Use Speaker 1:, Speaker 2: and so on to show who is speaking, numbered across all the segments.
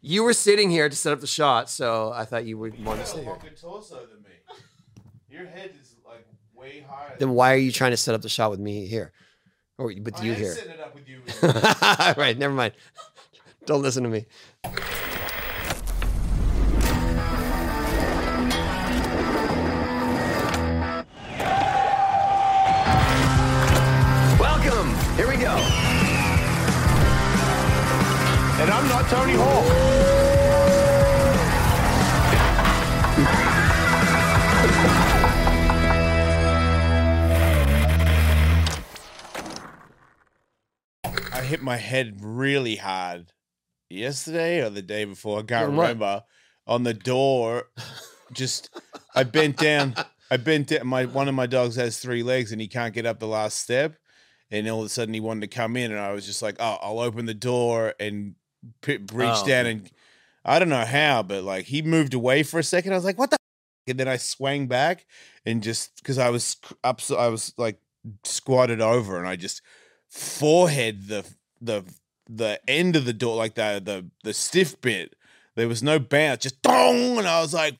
Speaker 1: you were sitting here to set up the shot, so I thought you would want to
Speaker 2: got
Speaker 1: sit
Speaker 2: a
Speaker 1: here.
Speaker 2: longer torso than me. Your head is like way higher.
Speaker 1: Then why are you trying to set up the shot with me here, or with
Speaker 2: I
Speaker 1: you
Speaker 2: am
Speaker 1: here?
Speaker 2: setting it up with you.
Speaker 1: All right, never mind. Don't listen to me.
Speaker 3: Welcome. Here we go.
Speaker 4: And I'm not Tony Hawk. I hit my head really hard yesterday or the day before. I can't
Speaker 1: On what?
Speaker 4: remember. On the door, just I bent down. I bent down. My one of my dogs has three legs and he can't get up the last step. And all of a sudden he wanted to come in, and I was just like, "Oh, I'll open the door and p- reach
Speaker 1: Oh.
Speaker 4: down and." I don't know how, but like he moved away for a second. I was like, "What the?" f-?" And then I swang back and just because I was up, I was like squatted over, and I just forehead the the the end of the door, like the the the stiff bit. There was no bounce, just dong, and I was like,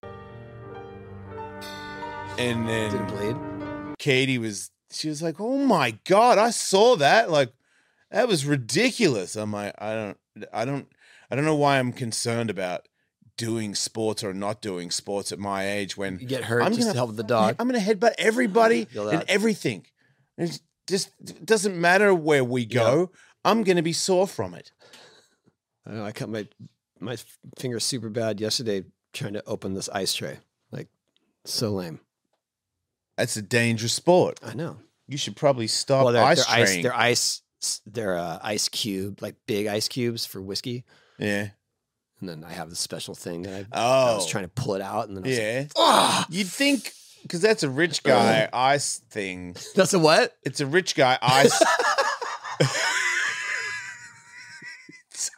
Speaker 1: Didn't
Speaker 4: and then
Speaker 1: bleed.
Speaker 4: Katie was, she was like, oh my god, I saw that, like that was ridiculous. I'm like, I don't, I don't, I don't know why I'm concerned about doing sports or not doing sports at my age when
Speaker 1: You get hurt
Speaker 4: I'm
Speaker 1: just
Speaker 4: gonna
Speaker 1: to help with the
Speaker 4: I'm
Speaker 1: dog.
Speaker 4: gonna- I'm gonna headbutt everybody
Speaker 1: Feel
Speaker 4: and
Speaker 1: that.
Speaker 4: everything. It's just it doesn't matter where we go. I'm gonna be sore from it.
Speaker 1: I, know, I cut my my finger super bad yesterday trying to open this ice tray. Like, so lame.
Speaker 4: That's a dangerous sport.
Speaker 1: I know.
Speaker 4: You should probably stop
Speaker 1: they're,
Speaker 4: Oh, ice
Speaker 1: they're ice.
Speaker 4: training.
Speaker 1: They're ice. They're uh, ice cube, like big ice cubes for whiskey.
Speaker 4: yeah.
Speaker 1: And then I have this special thing that I, I
Speaker 4: Oh.
Speaker 1: was trying to pull it out, and then I was like,
Speaker 4: yeah.
Speaker 1: ah,
Speaker 4: You'd think because that's a rich guy ice thing.
Speaker 1: that's a what?
Speaker 4: It's a rich guy ice.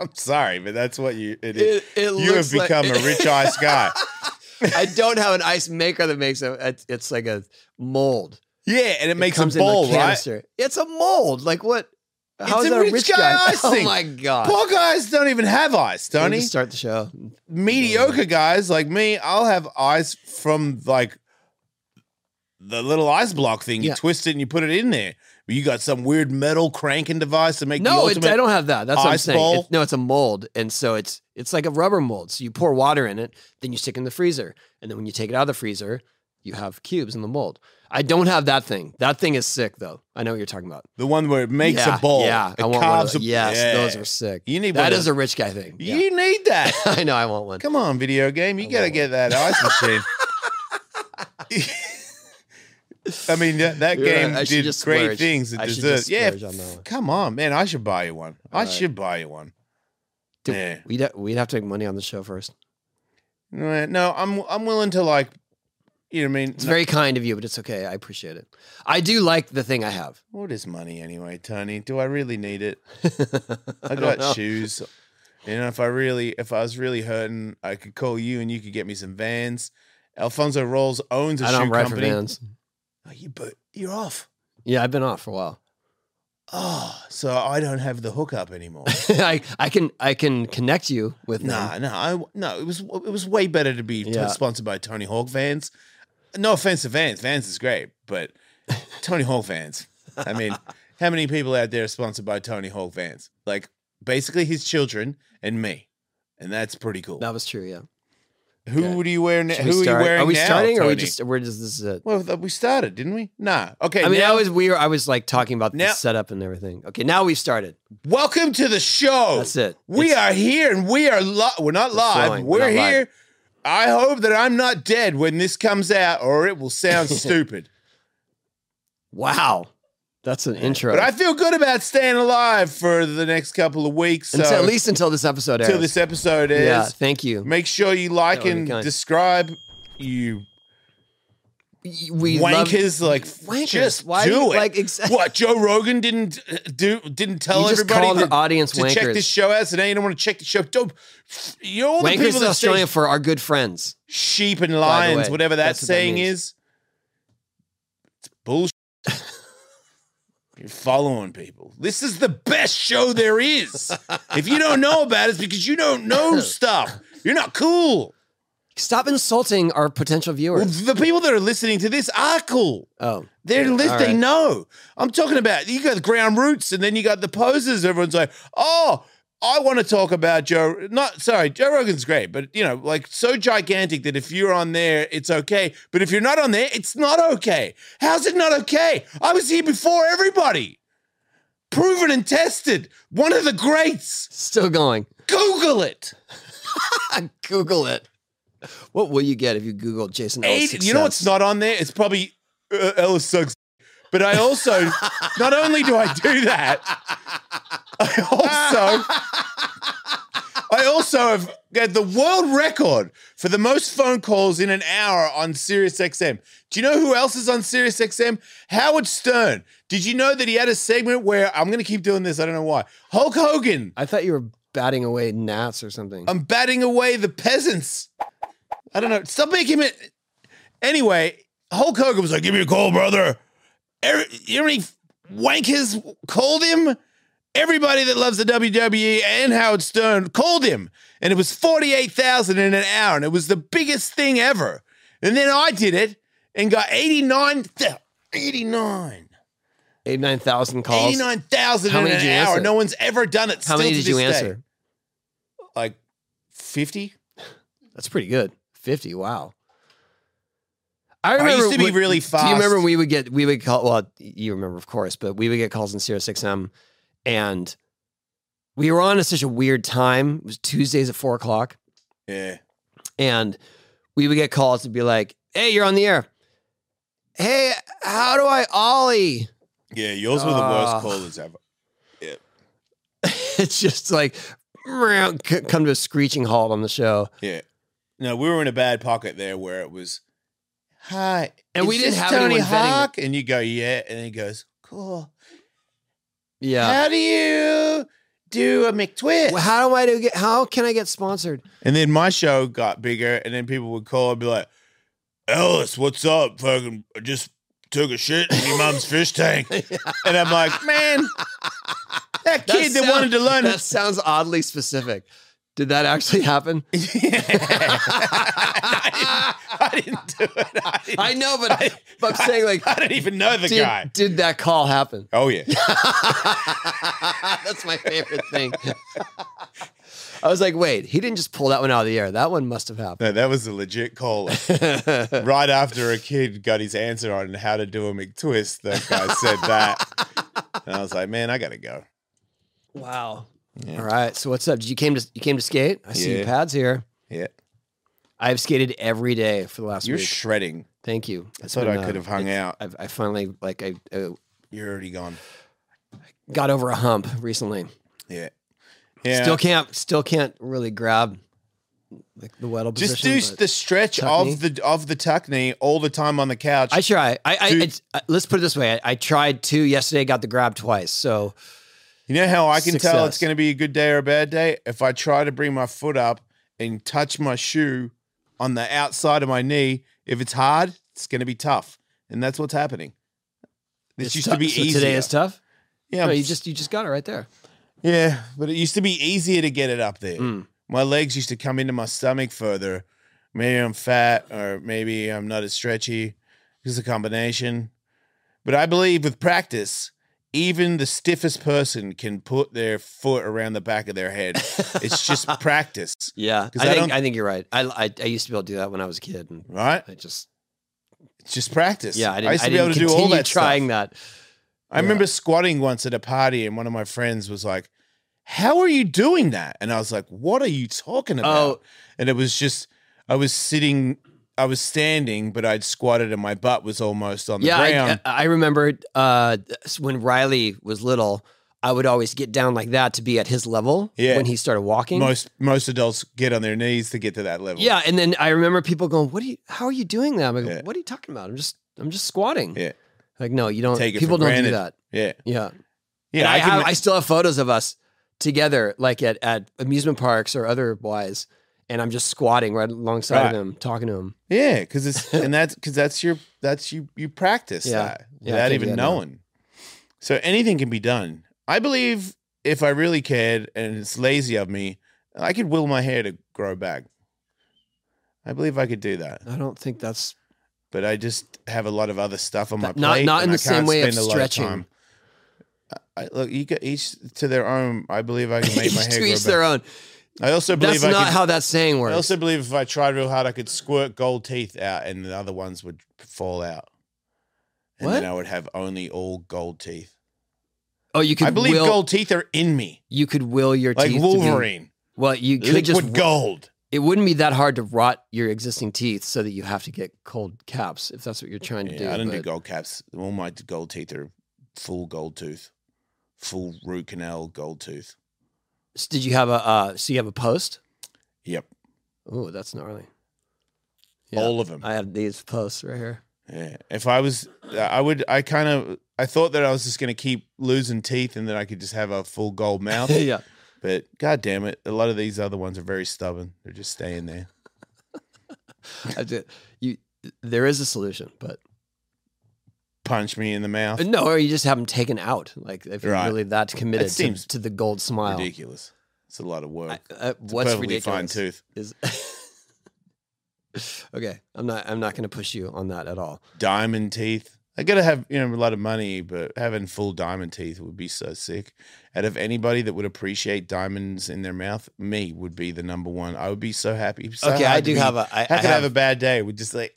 Speaker 4: I'm sorry, but that's what you it is.
Speaker 1: It, it
Speaker 4: you have
Speaker 1: looks like-
Speaker 4: become a rich ice guy.
Speaker 1: I don't have an ice maker that makes it. It's, it's like a mold.
Speaker 4: Yeah, and it makes
Speaker 1: comes
Speaker 4: a
Speaker 1: in the
Speaker 4: bowl, right?
Speaker 1: canister. It's a mold. Like what? How's
Speaker 4: a
Speaker 1: that
Speaker 4: rich guy ice
Speaker 1: Oh
Speaker 4: thing.
Speaker 1: my god!
Speaker 4: Poor guys don't even have ice,
Speaker 1: Let
Speaker 4: don't
Speaker 1: me
Speaker 4: he?
Speaker 1: just start the show.
Speaker 4: Mediocre guys like me, I'll have ice from like the little ice block thing. You
Speaker 1: Yeah.
Speaker 4: twist it and you put it in there. But you got some weird metal cranking device to make the
Speaker 1: No, it,
Speaker 4: ultimate.
Speaker 1: I don't have that. That's what I'm
Speaker 4: ice
Speaker 1: saying.
Speaker 4: bowl?
Speaker 1: It's- no, it's a mold, and so it's it's like a rubber mold. So you pour water in it, then you stick it in the freezer, and then when you take it out of the freezer, you have cubes in the mold. I don't have that thing. That thing is sick, though. I know what you're talking about.
Speaker 4: the one where it makes
Speaker 1: yeah,
Speaker 4: a bowl.
Speaker 1: Yeah,
Speaker 4: it
Speaker 1: I want one of
Speaker 4: carves
Speaker 1: those.
Speaker 4: a-
Speaker 1: Yes,
Speaker 4: Yeah.
Speaker 1: those are sick.
Speaker 4: You need one
Speaker 1: that
Speaker 4: of
Speaker 1: is a rich guy thing. Yeah.
Speaker 4: You need that.
Speaker 1: I know. I want one.
Speaker 4: Come on, video game. You
Speaker 1: I
Speaker 4: gotta
Speaker 1: want
Speaker 4: get that ice machine. I mean that, that
Speaker 1: You're right.
Speaker 4: game
Speaker 1: I should
Speaker 4: did great
Speaker 1: just splurge.
Speaker 4: things. It
Speaker 1: I should just
Speaker 4: deserves. Yeah,
Speaker 1: splurge on that one.
Speaker 4: come on, man. I should buy you one. I
Speaker 1: All right.
Speaker 4: should buy you one.
Speaker 1: Dude,
Speaker 4: Yeah.
Speaker 1: we'd ha- we'd have to make money on the show first.
Speaker 4: Right. No, I'm I'm willing to like, you know, what I mean,
Speaker 1: It's
Speaker 4: No-
Speaker 1: very kind of you, but it's okay. I appreciate it. I do like the thing I have.
Speaker 4: what is money anyway, Tony? Do I really need it?
Speaker 1: I
Speaker 4: I
Speaker 1: don't
Speaker 4: got
Speaker 1: know.
Speaker 4: shoes. You know, if I really, if I was really hurting, I could call you and you could get me some Vans. Alfonso Rolls owns a
Speaker 1: I
Speaker 4: shoe
Speaker 1: don't ride for
Speaker 4: company.
Speaker 1: vans.
Speaker 4: Oh, you but you're off.
Speaker 1: Yeah, I've been off for a while.
Speaker 4: Oh, so I don't have the hookup anymore.
Speaker 1: I, I can I can connect you with
Speaker 4: nah,
Speaker 1: them.
Speaker 4: no, I no. It was it was way better to be t-
Speaker 1: Yeah.
Speaker 4: sponsored by Tony Hawk Vans. No offense to Vans, Vans is great, but Tony Hawk Vans. I mean, how many people out there are sponsored by Tony Hawk Vans? Like basically his children and me, and that's pretty cool.
Speaker 1: That was true. Yeah.
Speaker 4: who
Speaker 1: okay.
Speaker 4: do you wear? Na-
Speaker 1: Should
Speaker 4: who
Speaker 1: we
Speaker 4: are you
Speaker 1: start?
Speaker 4: wearing?
Speaker 1: Are we
Speaker 4: now,
Speaker 1: starting? Or are we
Speaker 4: Tony?
Speaker 1: just we're just this is it.
Speaker 4: Well, th- we started, didn't we? Nah. Okay.
Speaker 1: I mean,
Speaker 4: now,
Speaker 1: I was we were I was like talking about
Speaker 4: Now-
Speaker 1: the setup and everything. Okay, now we've started.
Speaker 4: welcome to the show.
Speaker 1: That's it.
Speaker 4: Oh, We
Speaker 1: It's-
Speaker 4: are here and we are li- we're not live.
Speaker 1: flowing. We're
Speaker 4: We're,
Speaker 1: not live.
Speaker 4: here. I hope that I'm not dead when this comes out or it will sound stupid.
Speaker 1: wow. That's an intro.
Speaker 4: But I feel good about staying alive for the next couple of weeks. So
Speaker 1: until, at least until this episode airs.
Speaker 4: until this episode airs.
Speaker 1: yeah. Thank you.
Speaker 4: Make sure you like
Speaker 1: That would be
Speaker 4: and
Speaker 1: kind.
Speaker 4: describe you
Speaker 1: We love-
Speaker 4: wankers like
Speaker 1: Wankers,
Speaker 4: just
Speaker 1: why
Speaker 4: do
Speaker 1: do you-
Speaker 4: it.
Speaker 1: like, exa-
Speaker 4: What Joe Rogan didn't uh, do didn't tell
Speaker 1: You just
Speaker 4: everybody
Speaker 1: called
Speaker 4: that-
Speaker 1: the audience
Speaker 4: to check
Speaker 1: wankers.
Speaker 4: this show out. So now you don't want to check the show. Don't you're all the
Speaker 1: Wankers
Speaker 4: people
Speaker 1: in
Speaker 4: that say
Speaker 1: Australia for our good friends.
Speaker 4: sheep and lions,
Speaker 1: way,
Speaker 4: whatever that
Speaker 1: that's what that
Speaker 4: saying
Speaker 1: means.
Speaker 4: is. It's bullshit. You're following people. This is the best show there is. if you don't know about it, it's because you don't know stuff. You're not cool.
Speaker 1: Stop insulting our potential
Speaker 4: Well,
Speaker 1: viewers.
Speaker 4: the people that are listening to this are cool.
Speaker 1: Oh,
Speaker 4: They're
Speaker 1: Yeah,
Speaker 4: li-
Speaker 1: all
Speaker 4: they
Speaker 1: right.
Speaker 4: know. I'm talking about you got the ground roots, and then you got the posers. Everyone's like, oh. I want to talk about Joe. Not sorry, Joe Rogan's great, but you know, like so gigantic that if you're on there, it's okay. But if you're not on there, it's not okay. How's it not okay? I was here before everybody, proven and tested. One of the greats.
Speaker 1: still going.
Speaker 4: Google it.
Speaker 1: Google it. What will you get if you Google Jason Ellis?
Speaker 4: Eight- you know what's
Speaker 1: success?
Speaker 4: not on there? It's probably uh, Ellis sucks. But I also, not only do I do that, I also, I also have got the world record for the most phone calls in an hour on SiriusXM. Do you know who else is on SiriusXM? Howard Stern. Did you know that he had a segment where I'm going to keep doing this? I don't know why. Hulk Hogan.
Speaker 1: I thought you were batting away gnats or something.
Speaker 4: I'm batting away the peasants. I don't know. Stop making it. Anyway, Hulk Hogan was like, "Give me a call, brother." Every, you know how many wankers called him? Everybody that loves the WWE and Howard Stern called him, and it was forty-eight thousand in an hour, and it was the biggest thing ever. And then I did it and got eighty-nine. Th- 89
Speaker 1: Eighty-nine thousand calls.
Speaker 4: 89,000
Speaker 1: How
Speaker 4: in
Speaker 1: many
Speaker 4: an
Speaker 1: did you
Speaker 4: hour.
Speaker 1: answer?
Speaker 4: No one's ever done it.
Speaker 1: How
Speaker 4: still
Speaker 1: many
Speaker 4: to
Speaker 1: did you
Speaker 4: this day.
Speaker 1: answer?
Speaker 4: Like 50?
Speaker 1: That's pretty good. Fifty. Wow. I
Speaker 4: I
Speaker 1: remember.
Speaker 4: used to be
Speaker 1: when-
Speaker 4: really fast.
Speaker 1: Do you remember we would get we would call well you remember of course but we would get calls in 06M and we were on at such a weird time it was Tuesdays at four o'clock
Speaker 4: Yeah.
Speaker 1: and we would get calls to be like hey you're on the air hey how do I ollie
Speaker 4: Yeah, yours were the worst
Speaker 1: Ah.
Speaker 4: callers ever.
Speaker 1: it's just like meow, c- come to a screeching halt on the show
Speaker 4: Yeah. No, we were in a bad pocket there where it was, hi.
Speaker 1: And
Speaker 4: is
Speaker 1: we didn't
Speaker 4: this
Speaker 1: have
Speaker 4: Tony
Speaker 1: anyone vetting it.
Speaker 4: Hawk. And you go, yeah. And he goes, cool.
Speaker 1: yeah
Speaker 4: How do you do a McTwist?
Speaker 1: Well, how do I do get how can I get sponsored
Speaker 4: and then my show got bigger. And then people would call and be like, Ellis, what's up? Fucking, I just took a shit in your mom's fish tank. And I'm like, man, that kid that,
Speaker 1: sound-
Speaker 4: wanted to learn.
Speaker 1: that sounds oddly specific did that actually happen
Speaker 4: I, didn't, I didn't do it. I didn't
Speaker 1: I know, but,
Speaker 4: I-
Speaker 1: but I'm saying like,
Speaker 4: I don't even know the
Speaker 1: did,
Speaker 4: guy.
Speaker 1: did that call happen?
Speaker 4: Oh yeah.
Speaker 1: That's my favorite thing. I was like, wait, he didn't just pull that one out of the air. That one must have happened.
Speaker 4: No, that was a legit call. right after a kid got his answer on how to do a McTwist, that guy said that. And I was like, man, I gotta go.
Speaker 1: wow.
Speaker 4: Yeah.
Speaker 1: All right. So what's up? Did you came to you came to skate? I see
Speaker 4: Yeah.
Speaker 1: your pads here.
Speaker 4: Yeah.
Speaker 1: I've skated every day for the last
Speaker 4: You're
Speaker 1: week.
Speaker 4: shredding.
Speaker 1: Thank you.
Speaker 4: I
Speaker 1: It's
Speaker 4: thought
Speaker 1: been,
Speaker 4: I
Speaker 1: uh,
Speaker 4: could have hung
Speaker 1: it's-
Speaker 4: out.
Speaker 1: I've, I finally like I uh,
Speaker 4: You're already gone.
Speaker 1: got over a hump recently.
Speaker 4: Yeah. Yeah.
Speaker 1: Still can't still can't really grab like the weddle
Speaker 4: just
Speaker 1: position.
Speaker 4: do
Speaker 1: but-
Speaker 4: the stretch
Speaker 1: tuck knee.
Speaker 4: of the of the tuck knee all the time on the couch.
Speaker 1: I try. I, I,
Speaker 4: Dude.
Speaker 1: it's, uh, let's put it this way. I, I tried two yesterday, got the grab twice. So
Speaker 4: You know how I can tell it's
Speaker 1: Success.
Speaker 4: going to be a good day or a bad day? If I try to bring my foot up and touch my shoe on the outside of my knee, if it's hard, it's going to be tough. And that's what's happening. This
Speaker 1: it's
Speaker 4: used
Speaker 1: tou-
Speaker 4: to be
Speaker 1: so
Speaker 4: easier.
Speaker 1: Today is tough.
Speaker 4: yeah,
Speaker 1: No,
Speaker 4: I'm-
Speaker 1: you just you just got it right there.
Speaker 4: yeah, but it used to be easier to get it up there.
Speaker 1: Mm.
Speaker 4: My legs used to come into my stomach further. Maybe I'm fat or maybe I'm not as stretchy. It's a combination. But I believe with practice, even the stiffest person can put their foot around the back of their head. It's just practice,
Speaker 1: Yeah,
Speaker 4: 'Cause
Speaker 1: I,
Speaker 4: I
Speaker 1: think
Speaker 4: don't-
Speaker 1: I think you're right. I, I I used to be able to do that when I was a kid, and
Speaker 4: right?
Speaker 1: I just
Speaker 4: It's just practice.
Speaker 1: yeah, I didn't,
Speaker 4: I used to be
Speaker 1: didn't
Speaker 4: able to do all
Speaker 1: continue
Speaker 4: that
Speaker 1: trying
Speaker 4: stuff.
Speaker 1: that.
Speaker 4: I remember squatting once at a party, and one of my friends was like, "How are you doing that?" And I was like, "What are you talking about?"
Speaker 1: Oh.
Speaker 4: And it was just, I was sitting, I was standing, but I'd squatted, and my butt was almost on the
Speaker 1: Yeah,
Speaker 4: ground.
Speaker 1: I, I remember uh, s- when Riley was little, I would always get down like that to be at his level
Speaker 4: Yeah.
Speaker 1: when he started walking.
Speaker 4: most most adults get on their knees to get to that level.
Speaker 1: yeah, and then I remember people going, "What are you? How are you doing that?" I'm like,
Speaker 4: Yeah.
Speaker 1: "What are you talking about? I'm just I'm just squatting."
Speaker 4: Yeah.
Speaker 1: Like, no, you don't.
Speaker 4: Take it
Speaker 1: people
Speaker 4: for
Speaker 1: don't do
Speaker 4: granted.
Speaker 1: that.
Speaker 4: yeah,
Speaker 1: Yeah.
Speaker 4: yeah.
Speaker 1: I,
Speaker 4: I, can,
Speaker 1: have, I still have photos of us together, like at, at amusement parks or otherwise, and I'm just squatting right alongside
Speaker 4: Right.
Speaker 1: of him, talking to him.
Speaker 4: yeah, because it's and that's because that's your that's you you practice
Speaker 1: Yeah.
Speaker 4: that
Speaker 1: Yeah, I
Speaker 4: without
Speaker 1: can do
Speaker 4: even
Speaker 1: that now.
Speaker 4: knowing. So anything can be done. I believe if I really cared and it's lazy of me, I could will my hair to grow back. I believe I could do that.
Speaker 1: I don't think that's
Speaker 4: But I just have a lot of other stuff on my
Speaker 1: That- not-
Speaker 4: plate.
Speaker 1: not in
Speaker 4: and I
Speaker 1: the same
Speaker 4: can't
Speaker 1: way of
Speaker 4: spend a lot
Speaker 1: stretching.
Speaker 4: time. I, I- look, you got each to their own. I believe I can make my
Speaker 1: each
Speaker 4: hair
Speaker 1: to
Speaker 4: grow
Speaker 1: each
Speaker 4: back.
Speaker 1: their own.
Speaker 4: I also believe
Speaker 1: That's
Speaker 4: I
Speaker 1: not
Speaker 4: could,
Speaker 1: how that saying
Speaker 4: I
Speaker 1: works.
Speaker 4: also believe if I tried real hard, I could squirt gold teeth out, and the other ones would fall out. And then
Speaker 1: What?
Speaker 4: I would have only all gold teeth.
Speaker 1: oh, you could
Speaker 4: I believe
Speaker 1: will,
Speaker 4: gold teeth are in me,
Speaker 1: You could will your
Speaker 4: like
Speaker 1: teeth. to be-
Speaker 4: Wolverine.
Speaker 1: well, you could
Speaker 4: Liquid
Speaker 1: just.
Speaker 4: gold.
Speaker 1: It wouldn't be that hard to rot your existing teeth so that you have to get cold caps if that's what you're trying to
Speaker 4: Yeah,
Speaker 1: do.
Speaker 4: I don't do
Speaker 1: but-
Speaker 4: gold caps. All my gold teeth are full gold tooth, full root canal gold tooth.
Speaker 1: S- Did you have a? Uh, so you have a post?
Speaker 4: Yep,
Speaker 1: Oh, that's gnarly. Yeah.
Speaker 4: all of them.
Speaker 1: I have these posts right here.
Speaker 4: Yeah. If I was, I would. I kind of. I thought that I was just going to keep losing teeth, and then I could just have a full gold mouth.
Speaker 1: yeah.
Speaker 4: But god damn it, a lot of these other ones are very stubborn. They're just staying there.
Speaker 1: I did. You, there is a solution, but
Speaker 4: Punch me in the mouth.
Speaker 1: Uh, no, or you just have them taken out. Like if you're
Speaker 4: Right.
Speaker 1: really that committed to,
Speaker 4: seems
Speaker 1: to the gold smile.
Speaker 4: Ridiculous. It's a lot of work.
Speaker 1: I, uh,
Speaker 4: It's a
Speaker 1: what's
Speaker 4: perfectly
Speaker 1: ridiculous
Speaker 4: fine tooth.
Speaker 1: is okay. I'm not. I'm not going to push you on that at all.
Speaker 4: Diamond teeth. I gotta have you know a lot of money, but having full diamond teeth would be so sick. Out of anybody that would appreciate diamonds in their mouth, me would be the number one. I would be so happy. It's so
Speaker 1: okay, I
Speaker 4: hard to
Speaker 1: do
Speaker 4: be-
Speaker 1: have a. I,
Speaker 4: How
Speaker 1: I
Speaker 4: could I have a
Speaker 1: have-
Speaker 4: bad day? We're just like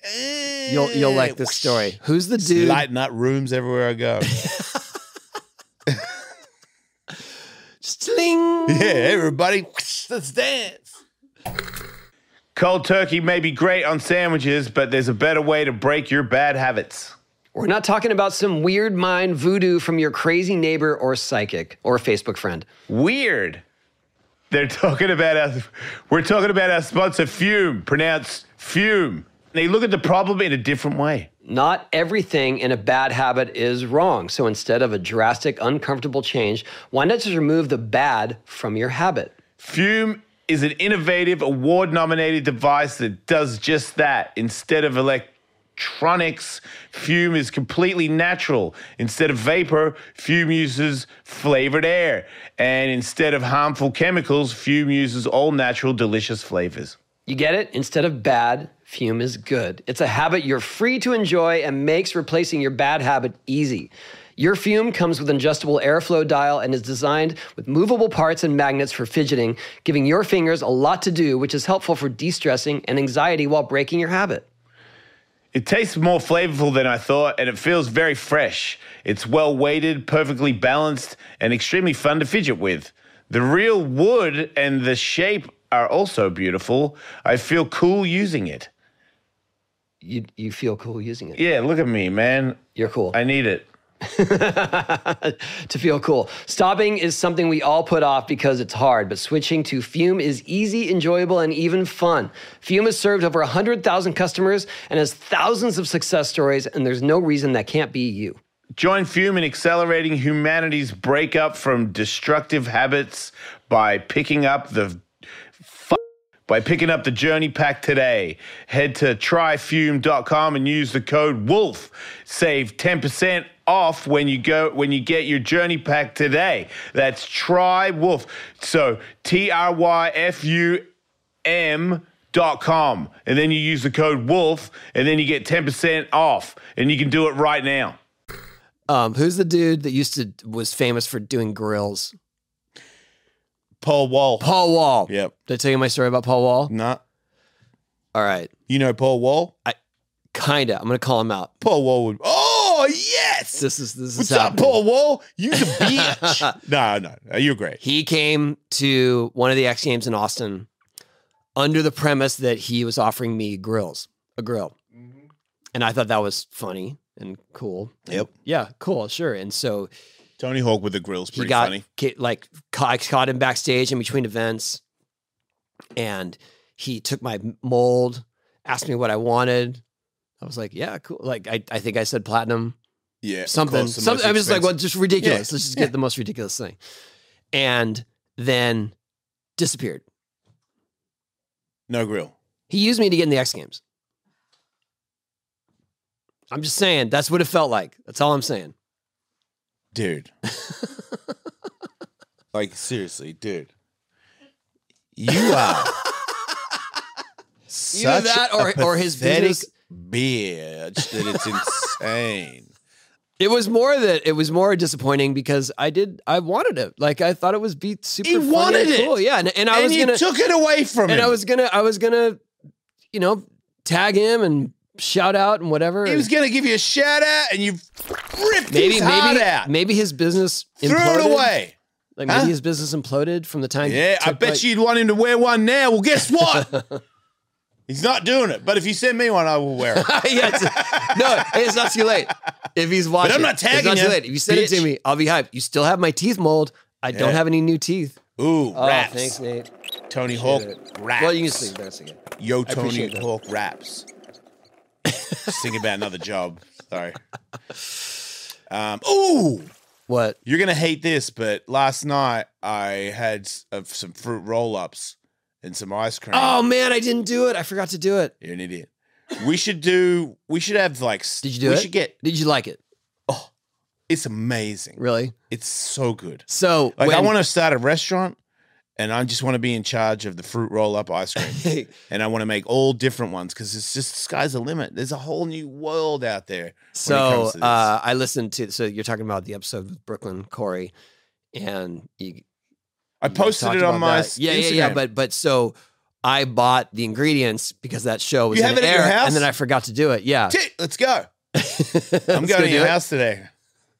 Speaker 1: you'll you'll like this
Speaker 4: "Eh,
Speaker 1: story. Who's the
Speaker 4: whoosh."
Speaker 1: dude?
Speaker 4: Lighting up rooms everywhere I go.
Speaker 1: Sling.
Speaker 4: Yeah, everybody, whoosh, let's dance. Cold turkey may be great on sandwiches, but there's a better way to break your bad habits.
Speaker 3: We're not talking about some weird mind voodoo from your crazy neighbor or psychic or Facebook friend.
Speaker 4: Weird. They're talking about our, we're talking about our sponsor Fume, pronounced Fume. They look at the problem in a different way.
Speaker 3: Not everything in a bad habit is wrong. So instead of a drastic, uncomfortable change, why not just remove the bad from your habit?
Speaker 4: Fume is an innovative, award nominated device that does just that. Instead of electronics, fume is completely natural. Instead of vapor, fume uses flavored air. And instead of harmful chemicals, fume uses all natural, delicious flavors.
Speaker 3: You get it? Instead of bad, fume is good. It's a habit you're free to enjoy and makes replacing your bad habit easy. Your fume comes with an adjustable airflow dial and is designed with movable parts and magnets for fidgeting, giving your fingers a lot to do, which is helpful for de stressing and anxiety while breaking your habit.
Speaker 4: It tastes more flavorful than I thought, and it feels very fresh. It's well weighted, perfectly balanced, and extremely fun to fidget with. The real wood and the shape are also beautiful. I feel cool using it.
Speaker 3: You, you feel cool using it.
Speaker 4: Yeah, look at me, man.
Speaker 3: You're cool.
Speaker 4: I need it.
Speaker 3: to feel cool. Stopping is something we all put off because it's hard, but switching to Fume is easy, enjoyable, and even fun. Fume has served over 100,000 customers and has thousands of success stories, and there's no reason that can't be you.
Speaker 4: Join Fume in accelerating humanity's breakup from destructive habits by picking up the fu- by picking up the journey pack today. Head to tryfume.com and use the code WOLF. Save 10% off when you go when you get your journey pack today. That's try wolf. So T R Y F U M.com and then you use the code WOLF and then you get 10% off and you can do it right now.
Speaker 1: Um, who's the dude that used to was famous for doing grills?
Speaker 4: Paul Wall.
Speaker 1: Paul Wall.
Speaker 4: Yep.
Speaker 1: Did I tell you my story about Paul Wall?
Speaker 4: Nah.
Speaker 1: All right,
Speaker 4: You know Paul Wall?
Speaker 1: kinda. I'm gonna call him out.
Speaker 4: Paul Wall would. Oh, yes.
Speaker 1: This is this is
Speaker 4: What's up,
Speaker 1: happening.
Speaker 4: Paul Wall? You the bitch. no, no. uh, You're great.
Speaker 1: He came to one of the X Games in Austin under the premise that he was offering me grills, a grill.
Speaker 4: Mm-hmm.
Speaker 1: And I thought that was funny and cool.
Speaker 4: Yep.
Speaker 1: Yeah, cool, sure. And so
Speaker 4: Tony Hawk with the grill's
Speaker 1: he
Speaker 4: pretty
Speaker 1: got
Speaker 4: funny.
Speaker 1: ca- like ca- I caught him backstage in between events, and he took my m- mold, asked me what I wanted. I was like, yeah, cool. Like I, I think I said platinum
Speaker 4: Yeah. of
Speaker 1: something.
Speaker 4: course, the
Speaker 1: something
Speaker 4: most
Speaker 1: I was like, well,
Speaker 4: expensive-
Speaker 1: just ridiculous.
Speaker 4: Yeah,
Speaker 1: Let's just
Speaker 4: yeah.
Speaker 1: get the most ridiculous thing, and then disappeared.
Speaker 4: No grill.
Speaker 1: He used me to get in the X Games. I'm just saying that's what it felt like. That's all I'm saying.
Speaker 4: dude. like seriously, dude. You are such
Speaker 1: that or-
Speaker 4: a
Speaker 1: or his
Speaker 4: pathetic
Speaker 1: business-
Speaker 4: bitch that it's insane.
Speaker 1: It was more that it was more disappointing because I did I wanted it. Like I thought it was be super
Speaker 4: He
Speaker 1: funny
Speaker 4: wanted
Speaker 1: and
Speaker 4: it!
Speaker 1: cool. Yeah, and, and I
Speaker 4: and
Speaker 1: was
Speaker 4: you
Speaker 1: gonna
Speaker 4: took it away from
Speaker 1: and
Speaker 4: him.
Speaker 1: I was gonna I was gonna you know tag him and shout out and whatever.
Speaker 4: he was gonna give you a shout out, and you ripped
Speaker 1: maybe
Speaker 4: his heart
Speaker 1: maybe
Speaker 4: out,
Speaker 1: maybe his business
Speaker 4: threw
Speaker 1: imploded.
Speaker 4: it away.
Speaker 1: Like maybe
Speaker 4: Huh?
Speaker 1: his business imploded from the time. it
Speaker 4: Yeah, I
Speaker 1: took,
Speaker 4: bet
Speaker 1: like-
Speaker 4: you'd want him to wear one now. Well, guess what? He's not doing it. But if you send me one, I will wear it.
Speaker 1: yeah, it's- no, it's not too late. If he's watching,
Speaker 4: not
Speaker 1: it's
Speaker 4: tagging
Speaker 1: not too
Speaker 4: you,
Speaker 1: late. If you send it to
Speaker 4: bitch.
Speaker 1: me, I'll be hyped. You still have my teeth mold. I don't
Speaker 4: Yeah.
Speaker 1: have any new teeth.
Speaker 4: Ooh,
Speaker 1: Oh,
Speaker 4: raps.
Speaker 1: thanks, Nate.
Speaker 4: Tony Hawk
Speaker 1: it.
Speaker 4: raps.
Speaker 1: Well, you can sleep. That's okay.
Speaker 4: Yo, Tony
Speaker 1: appreciate that.
Speaker 4: Hawk raps. Just thinking about another job. Sorry. Um, ooh,
Speaker 1: What?
Speaker 4: you're gonna hate this, but last night I had s- of some fruit roll-ups and some ice cream.
Speaker 1: Oh man, I didn't do it. I forgot to do it.
Speaker 4: You're an idiot. We should do. We should have like. s-
Speaker 1: Did you do
Speaker 4: we
Speaker 1: it?
Speaker 4: should get.
Speaker 1: Did you like it?
Speaker 4: It's amazing.
Speaker 1: Really?
Speaker 4: It's so good.
Speaker 1: So
Speaker 4: Like I
Speaker 1: when-
Speaker 4: want to start a restaurant, and I just want to be in charge of the fruit roll-up ice cream, and I want to make all different ones because it's just sky's the limit. There's a whole new world out there.
Speaker 1: So
Speaker 4: comes to this.
Speaker 1: uh, I listened to. So you're talking about the episode with Brooklyn Corey, and you
Speaker 4: I
Speaker 1: You
Speaker 4: posted
Speaker 1: talked
Speaker 4: it on
Speaker 1: about
Speaker 4: my
Speaker 1: that. yeah, yeah, yeah.
Speaker 4: Instagram.
Speaker 1: But but so I bought the ingredients because that show was
Speaker 4: You
Speaker 1: in
Speaker 4: have it at
Speaker 1: air,
Speaker 4: your house?
Speaker 1: and then I forgot to do it. Yeah,
Speaker 4: Dude, let's go. I'm
Speaker 1: uh, Let's go
Speaker 4: going to
Speaker 1: do
Speaker 4: your
Speaker 1: it.
Speaker 4: house today.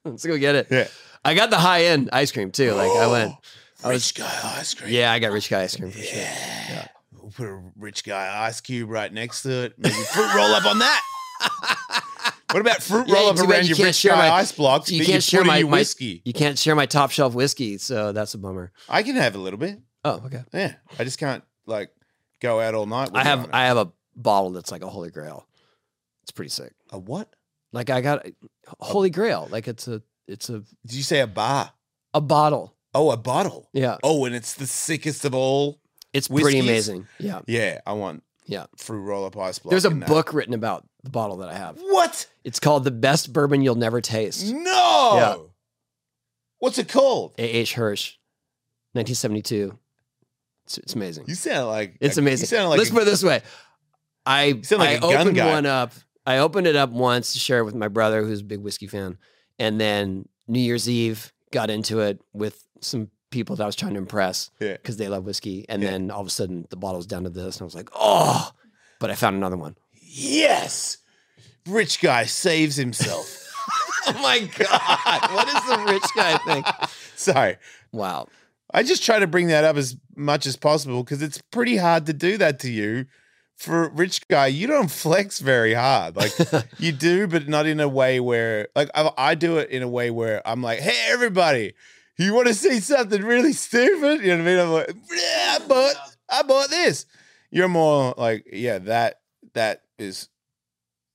Speaker 1: Let's go get it.
Speaker 4: Yeah.
Speaker 1: I got the high end ice cream too. Like I went, I
Speaker 4: Rich
Speaker 1: was-
Speaker 4: guy ice cream.
Speaker 1: yeah, I got rich guy ice cream for sure.
Speaker 4: Yeah. We'll put a rich guy ice cube right next to it. Maybe fruit roll up on that. What about fruit
Speaker 1: Yeah,
Speaker 4: roll up
Speaker 1: too bad
Speaker 4: around
Speaker 1: you
Speaker 4: your
Speaker 1: can't
Speaker 4: rich
Speaker 1: share
Speaker 4: guy
Speaker 1: my-
Speaker 4: ice blocks?
Speaker 1: you
Speaker 4: but
Speaker 1: can't share
Speaker 4: put in
Speaker 1: my-
Speaker 4: your
Speaker 1: my-
Speaker 4: whiskey.
Speaker 1: You can't share my top shelf whiskey, so that's a bummer.
Speaker 4: I can have a little bit.
Speaker 1: Oh, okay.
Speaker 4: Yeah. I just can't like go out all night. With
Speaker 1: I
Speaker 4: it
Speaker 1: have
Speaker 4: on it.
Speaker 1: I have a bottle that's like a holy grail. It's pretty sick.
Speaker 4: a what?
Speaker 1: Like I got a holy grail. Like it's a it's a
Speaker 4: Did you say a bar?
Speaker 1: a bottle.
Speaker 4: Oh, a bottle.
Speaker 1: Yeah,
Speaker 4: Oh, and it's the sickest of all.
Speaker 1: it's pretty
Speaker 4: Whiskeys?
Speaker 1: amazing. Yeah,
Speaker 4: Yeah, I want
Speaker 1: Yeah.
Speaker 4: fruit roll up ice block.
Speaker 1: there's a
Speaker 4: in that.
Speaker 1: book written about the bottle that I have.
Speaker 4: What?
Speaker 1: It's called The Best Bourbon You'll Never
Speaker 4: Mm.
Speaker 1: Taste.
Speaker 4: No.
Speaker 1: Yeah.
Speaker 4: What's it called?
Speaker 1: A.H. Hirsch, 1972. It's, it's amazing.
Speaker 4: You sound like
Speaker 1: It's
Speaker 4: a-
Speaker 1: amazing.
Speaker 4: You sound like
Speaker 1: Let's
Speaker 4: a-
Speaker 1: put it this way. I,
Speaker 4: sound like
Speaker 1: I
Speaker 4: a gun
Speaker 1: opened
Speaker 4: guy.
Speaker 1: one up. I opened it up once to share it with my brother, who's a big whiskey fan. And then New Year's Eve got into it with some people that I was trying to impress
Speaker 4: Yeah.
Speaker 1: because they love whiskey. And
Speaker 4: Yeah.
Speaker 1: then all of a sudden the bottle's down to this. And I was like, oh, but I found another one.
Speaker 4: yes. Rich guy saves himself.
Speaker 1: oh my God. What is the rich guy thing?
Speaker 4: Sorry.
Speaker 1: Wow.
Speaker 4: I just try to bring that up as much as possible because it's pretty hard to do that to you. For a rich guy, you don't flex very hard. Like you do, but not in a way where, like, I, I do it in a way where I'm like, "Hey, everybody, you want to see something really stupid?" You know what I mean? I'm like, "Yeah, I bought, I bought this." You're more like, "Yeah, that that is,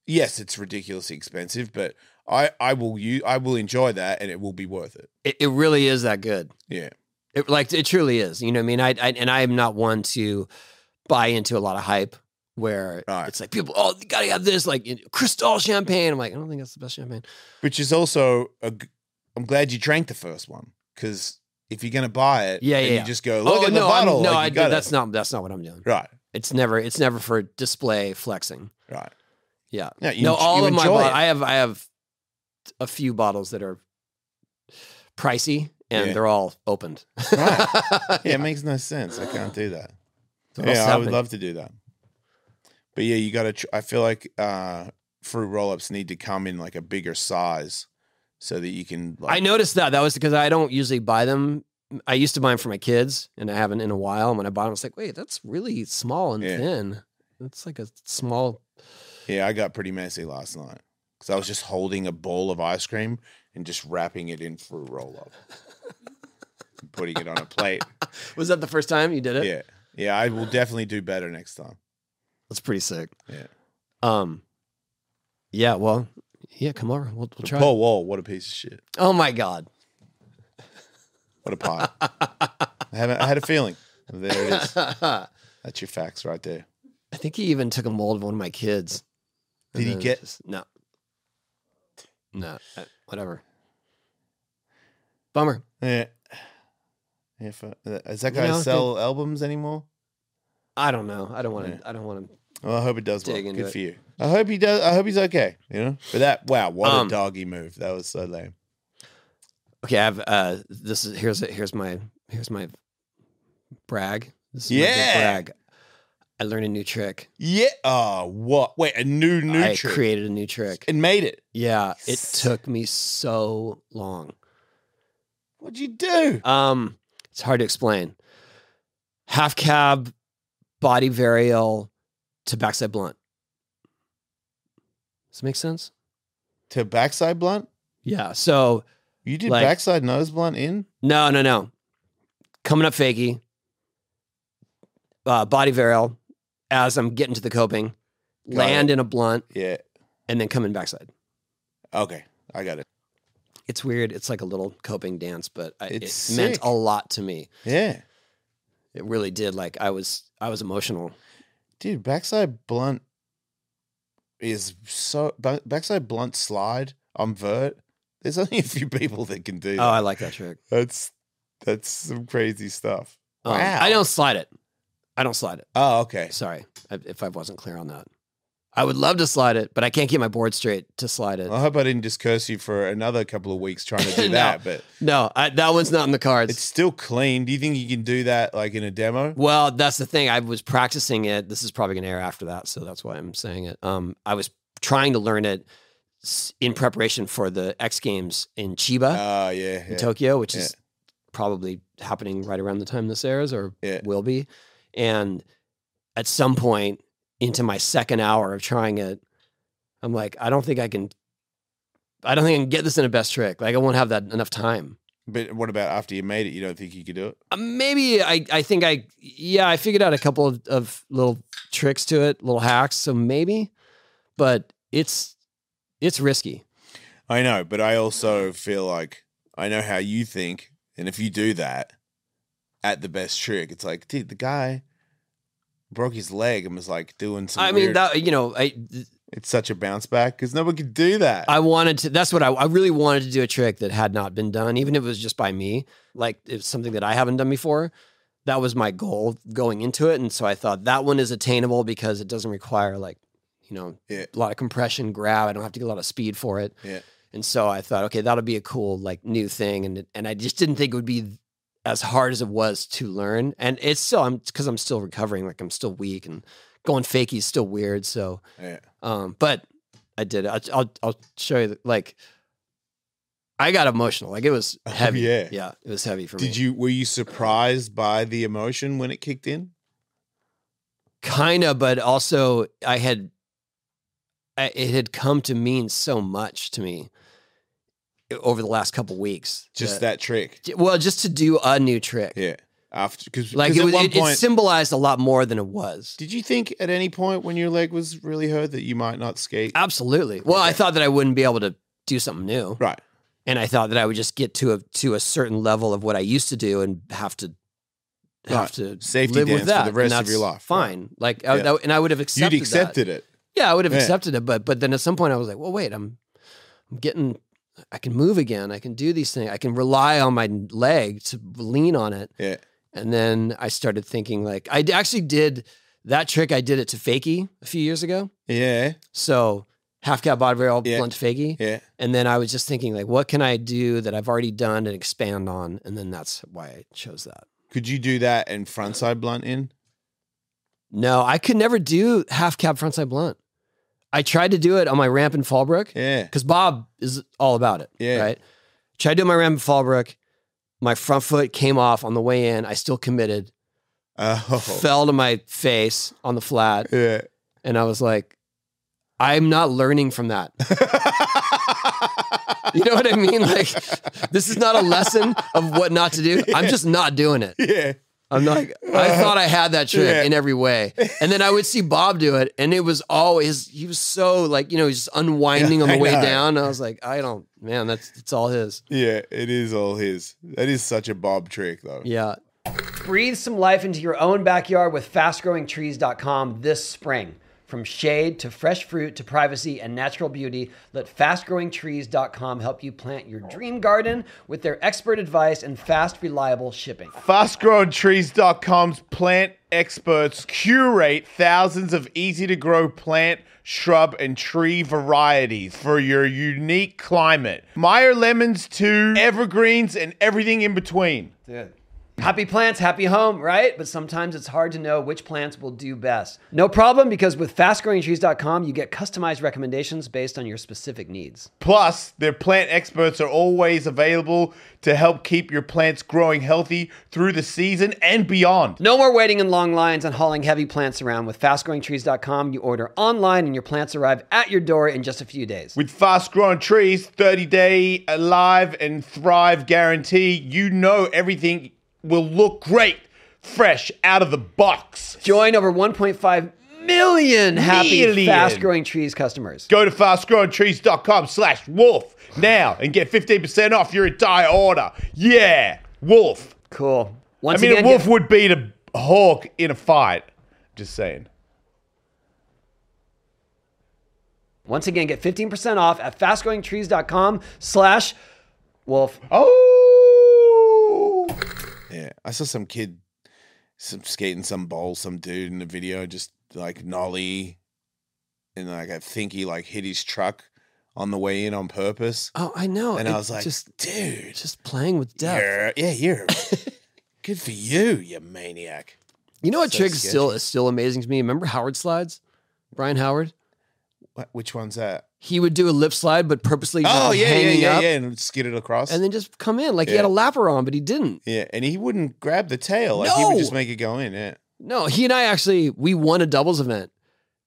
Speaker 4: yes, it's ridiculously expensive, but I I will you I will enjoy that and it will be worth it."
Speaker 1: It, it really is that good.
Speaker 4: Yeah,
Speaker 1: It like it truly is. You know, what I mean, I, I and I am not one to buy into a lot of hype where
Speaker 4: Right.
Speaker 1: it's like people, oh, you gotta have this, like you know, Cristal champagne. I'm like, I don't think that's the best champagne.
Speaker 4: which is also a g- I'm glad you drank the first one because if you're gonna buy it,
Speaker 1: Yeah,
Speaker 4: and
Speaker 1: yeah,
Speaker 4: you
Speaker 1: yeah.
Speaker 4: just go look
Speaker 1: oh
Speaker 4: at
Speaker 1: no,
Speaker 4: the
Speaker 1: I'm-
Speaker 4: bottle.
Speaker 1: no,
Speaker 4: like, you
Speaker 1: I,
Speaker 4: got it.
Speaker 1: that's not that's not what I'm doing.
Speaker 4: right,
Speaker 1: It's never it's never for display flexing.
Speaker 4: right.
Speaker 1: Yeah,
Speaker 4: Yeah, you,
Speaker 1: no, all
Speaker 4: you
Speaker 1: of my
Speaker 4: enjoy
Speaker 1: bo-
Speaker 4: it.
Speaker 1: I have I have a few bottles that are pricey and
Speaker 4: Yeah.
Speaker 1: they're all opened.
Speaker 4: Right. yeah, it makes no sense. I can't do that.
Speaker 1: So what's
Speaker 4: yeah, I would
Speaker 1: happening?
Speaker 4: love to do that. But yeah, you got to. Tr- I feel like uh fruit roll-ups need to come in like a bigger size so that you can. Like,
Speaker 1: I noticed that. That was because I don't usually buy them. I used to buy them for my kids, and I haven't in a while. And when I bought them, I was like, "Wait, that's really small and
Speaker 4: Yeah.
Speaker 1: thin. That's like a small."
Speaker 4: Yeah, I got pretty messy last night because I was just holding a bowl of ice cream and just wrapping it in fruit roll-up, putting it on a plate.
Speaker 1: Was that the first time you did it?
Speaker 4: Yeah. Yeah, I will definitely do better next time.
Speaker 1: that's pretty sick.
Speaker 4: Yeah.
Speaker 1: Um. Yeah. Well. Yeah. Come over. We'll, we'll try.
Speaker 4: Paul Wall, what a piece of shit.
Speaker 1: Oh my god.
Speaker 4: What a pot. I haven't I had a feeling. There it is.
Speaker 1: I
Speaker 4: That's your facts right there.
Speaker 1: think he even took a mold of one of my kids.
Speaker 4: Did he
Speaker 1: then
Speaker 4: get-
Speaker 1: just- no? No. uh, Whatever. Bummer.
Speaker 4: Yeah. Yeah, for, is that
Speaker 1: You
Speaker 4: guy
Speaker 1: know, I
Speaker 4: sell albums anymore?
Speaker 1: I don't know. I don't want to. I don't want to.
Speaker 4: Well, I hope it does well.
Speaker 1: Dig
Speaker 4: Good
Speaker 1: into it.
Speaker 4: for you. I hope he does. I hope he's okay. You know, but that wow, what
Speaker 1: Um,
Speaker 4: a doggy move. That was so lame.
Speaker 1: Okay, I have. Uh, this is here's here's my here's my brag. This is my big
Speaker 4: Yeah.
Speaker 1: brag. I learned a new trick.
Speaker 4: Yeah. Oh, what? Wait, a new new
Speaker 1: I
Speaker 4: trick
Speaker 1: created a new trick.
Speaker 4: and made it.
Speaker 1: Yeah, it
Speaker 4: Yes.
Speaker 1: took me so long.
Speaker 4: What'd you do?
Speaker 1: Um, it's hard to explain. Half cab, body varial, to backside blunt. Does that make sense?
Speaker 4: To backside blunt?
Speaker 1: Yeah. So
Speaker 4: You did
Speaker 1: Like-
Speaker 4: backside nose blunt in?
Speaker 1: no, no, no. Coming up fakie, uh, body varial as I'm getting to the coping,
Speaker 4: Got
Speaker 1: land in a blunt,
Speaker 4: Yeah.
Speaker 1: and then coming backside.
Speaker 4: Okay, I got it.
Speaker 1: It's weird. It's like a little coping dance, but I, it
Speaker 4: It's
Speaker 1: meant
Speaker 4: sick.
Speaker 1: a lot to me.
Speaker 4: Yeah,
Speaker 1: It really did. Like I was, I was emotional.
Speaker 4: dude, backside blunt is so ba- backside blunt slide on vert. There's only a few people that can do.
Speaker 1: Oh,
Speaker 4: That.
Speaker 1: I like that trick.
Speaker 4: That's that's some crazy stuff.
Speaker 1: Um,
Speaker 4: Wow.
Speaker 1: I don't slide it. I don't slide it.
Speaker 4: Oh, okay.
Speaker 1: Sorry I- if I wasn't clear on that. I would love to slide it, but I can't get my board straight to slide it.
Speaker 4: I hope I didn't just curse you for another couple of weeks trying to do
Speaker 1: No.
Speaker 4: that, but
Speaker 1: No, I, that one's not in the cards.
Speaker 4: it's still clean. Do you think you can do that like in a demo?
Speaker 1: well, that's the thing. I was practicing it. This is probably going to air after that, so that's why I'm saying it. Um, I was trying to learn it s- in preparation for the X Games in Chiba.
Speaker 4: Oh, yeah.
Speaker 1: in
Speaker 4: yeah.
Speaker 1: Tokyo, which
Speaker 4: Yeah.
Speaker 1: is probably happening right around the time this airs or
Speaker 4: Yeah.
Speaker 1: will be. And at some point into my second hour of trying it, I'm like, I don't think I can. I don't think I can get this in a best trick. Like I won't have that enough time.
Speaker 4: But what about after you made it? You don't think you could do it?
Speaker 1: Uh, Maybe I. I think I. Yeah, I figured out a couple of, of little tricks to it, little hacks. So maybe, but it's it's risky.
Speaker 4: I know, but I also feel like I know how you think, and if you do that at the best trick, it's like, dude, the guy broke his leg and was like doing some.
Speaker 1: I mean,
Speaker 4: weird-
Speaker 1: that you know, I
Speaker 4: it's such a bounce back because no one could do that.
Speaker 1: I wanted to. That's what I, I really wanted to do a trick that had not been done, even if it was just by me. Like it's something that I haven't done before. That was my goal going into it, and so I thought that one is attainable because it doesn't require like, you know,
Speaker 4: Yeah.
Speaker 1: a lot of compression, grab. I don't have to get a lot of speed for it.
Speaker 4: Yeah.
Speaker 1: And so I thought, okay, that'll be a cool like new thing, and and I just didn't think it would be as hard as it was to learn. And it's still I'm because I'm still recovering, like I'm still weak, and going fakey is still weird. So
Speaker 4: Yeah.
Speaker 1: um, but I did. I'll, I'll I'll show you. Like, I got emotional. Like it was
Speaker 4: Oh,
Speaker 1: heavy.
Speaker 4: yeah.
Speaker 1: yeah, it was heavy for me.
Speaker 4: Did you were you surprised by the emotion when it kicked in?
Speaker 1: kind of? But also, I had. I, it had come to mean so much to me eh, over the last couple weeks.
Speaker 4: Just
Speaker 1: that,
Speaker 4: that trick.
Speaker 1: Well, just to do a new trick.
Speaker 4: Yeah. After because
Speaker 1: Like it,
Speaker 4: at
Speaker 1: was,
Speaker 4: one
Speaker 1: it,
Speaker 4: point
Speaker 1: it symbolized a lot more than it was.
Speaker 4: did you think at any point when your leg was really hurt that you might not skate?
Speaker 1: Absolutely. Well, I
Speaker 4: Okay.
Speaker 1: thought that I wouldn't be able to do something new.
Speaker 4: right.
Speaker 1: and I thought that I would just get to a to a certain level of what I used to do and have to have
Speaker 4: Right.
Speaker 1: to
Speaker 4: Safety
Speaker 1: live
Speaker 4: dance
Speaker 1: with
Speaker 4: for
Speaker 1: that
Speaker 4: the rest
Speaker 1: and
Speaker 4: of your
Speaker 1: that's
Speaker 4: life. Right.
Speaker 1: Fine, like I,
Speaker 4: Yeah.
Speaker 1: that- and I would have accepted.
Speaker 4: You'd accepted it.
Speaker 1: That. Yeah, I would have
Speaker 4: Yeah.
Speaker 1: accepted it, but but then at some point I was like, well, wait, I'm I'm getting, I can move again, I can do these things, I can rely on my leg to lean on it,
Speaker 4: Yeah.
Speaker 1: and then I started thinking like I d- actually did that trick. I did it to fakie a few years ago,
Speaker 4: Yeah.
Speaker 1: so half cat body barrel
Speaker 4: Yeah.
Speaker 1: blunt fakie.
Speaker 4: Yeah.
Speaker 1: And then I was just thinking, like, what can I do that I've already done and expand on? And then that's why I chose that.
Speaker 4: Could you do that and frontside blunt in?
Speaker 1: No, I could never do half cab frontside blunt. I tried to do it on my ramp in Fallbrook
Speaker 4: Yeah.
Speaker 1: because Bob is all about it.
Speaker 4: Yeah.
Speaker 1: Right. Tried to do my ramp in Fallbrook. My front foot came off on the way in. I still committed,
Speaker 4: Oh.
Speaker 1: fell to my face on the flat.
Speaker 4: yeah.
Speaker 1: And I was like, I'm not learning from that. You know what I mean? Like, this is not a lesson of what not to do. I'm just not doing it.
Speaker 4: yeah.
Speaker 1: I'm not. I thought I had that trick
Speaker 4: Yeah.
Speaker 1: in every way, and then I would see Bob do it, and it was always he was so like you know he's just unwinding
Speaker 4: Yeah,
Speaker 1: on the
Speaker 4: I
Speaker 1: way
Speaker 4: know.
Speaker 1: down. I was like, I don't, man, that's it's all his.
Speaker 4: Yeah. It is all his. That is such a Bob trick, though.
Speaker 1: Yeah,
Speaker 3: Breathe some life into your own backyard with fastgrowingtrees.com this spring. From shade to fresh fruit to privacy and natural beauty, let fastgrowingtrees.com help you plant your dream garden with their expert advice and fast, reliable shipping.
Speaker 2: FastGrowingTrees.com's plant experts curate thousands of easy to grow plant, shrub, and tree varieties for your unique climate. Meyer lemons to evergreens and everything in between.
Speaker 3: Happy plants, happy home, right? But sometimes it's hard to know which plants will do best. No problem because with fastgrowingtrees.com, you get customized recommendations based on your specific needs.
Speaker 2: Plus, their plant experts are always available to help keep your plants growing healthy through the season and beyond.
Speaker 3: No more waiting in long lines and hauling heavy plants around. With fastgrowingtrees.com, you order online and your plants arrive at your door in just a few days.
Speaker 2: With fast growing trees, 30 day alive and thrive guarantee, you know everything will look great, fresh, out of the box.
Speaker 3: Join over 1.5 million happy
Speaker 2: Million.
Speaker 3: fast growing trees customers.
Speaker 2: Go to fastgrowingtrees.com slash wolf now and get 15% off your entire order. Yeah, wolf.
Speaker 3: Cool.
Speaker 2: I
Speaker 3: Once
Speaker 2: mean,
Speaker 3: again,
Speaker 2: a wolf
Speaker 3: get-
Speaker 2: would beat a hawk in a fight. Just saying.
Speaker 3: once again, get 15% off at fastgrowingtrees.com slash wolf.
Speaker 2: Oh.
Speaker 4: Yeah, I saw some kid some skating some bowl, some dude in the video, just like nollie, and like I think he like hit his truck on the way in on purpose.
Speaker 1: Oh, I know.
Speaker 4: And
Speaker 1: It
Speaker 4: I was like,
Speaker 1: just
Speaker 4: dude,
Speaker 1: just playing with death.
Speaker 4: you're, yeah, you're good for you, you maniac.
Speaker 1: You know what
Speaker 4: So
Speaker 1: trick
Speaker 4: sketchy.
Speaker 1: still is still amazing to me? Remember Howard slides? Brian Howard?
Speaker 4: What, which one's that?
Speaker 1: He would do a lip slide, but purposely just
Speaker 4: Oh yeah, yeah,
Speaker 1: um, hanging
Speaker 4: yeah,
Speaker 1: up
Speaker 4: yeah, and skid it across.
Speaker 1: and then just come in like he had a lapper on, but he didn't.
Speaker 4: yeah, and he wouldn't grab the tail; like he would just
Speaker 1: No!
Speaker 4: make it go in. Yeah,
Speaker 1: No, he and I actually we won a doubles event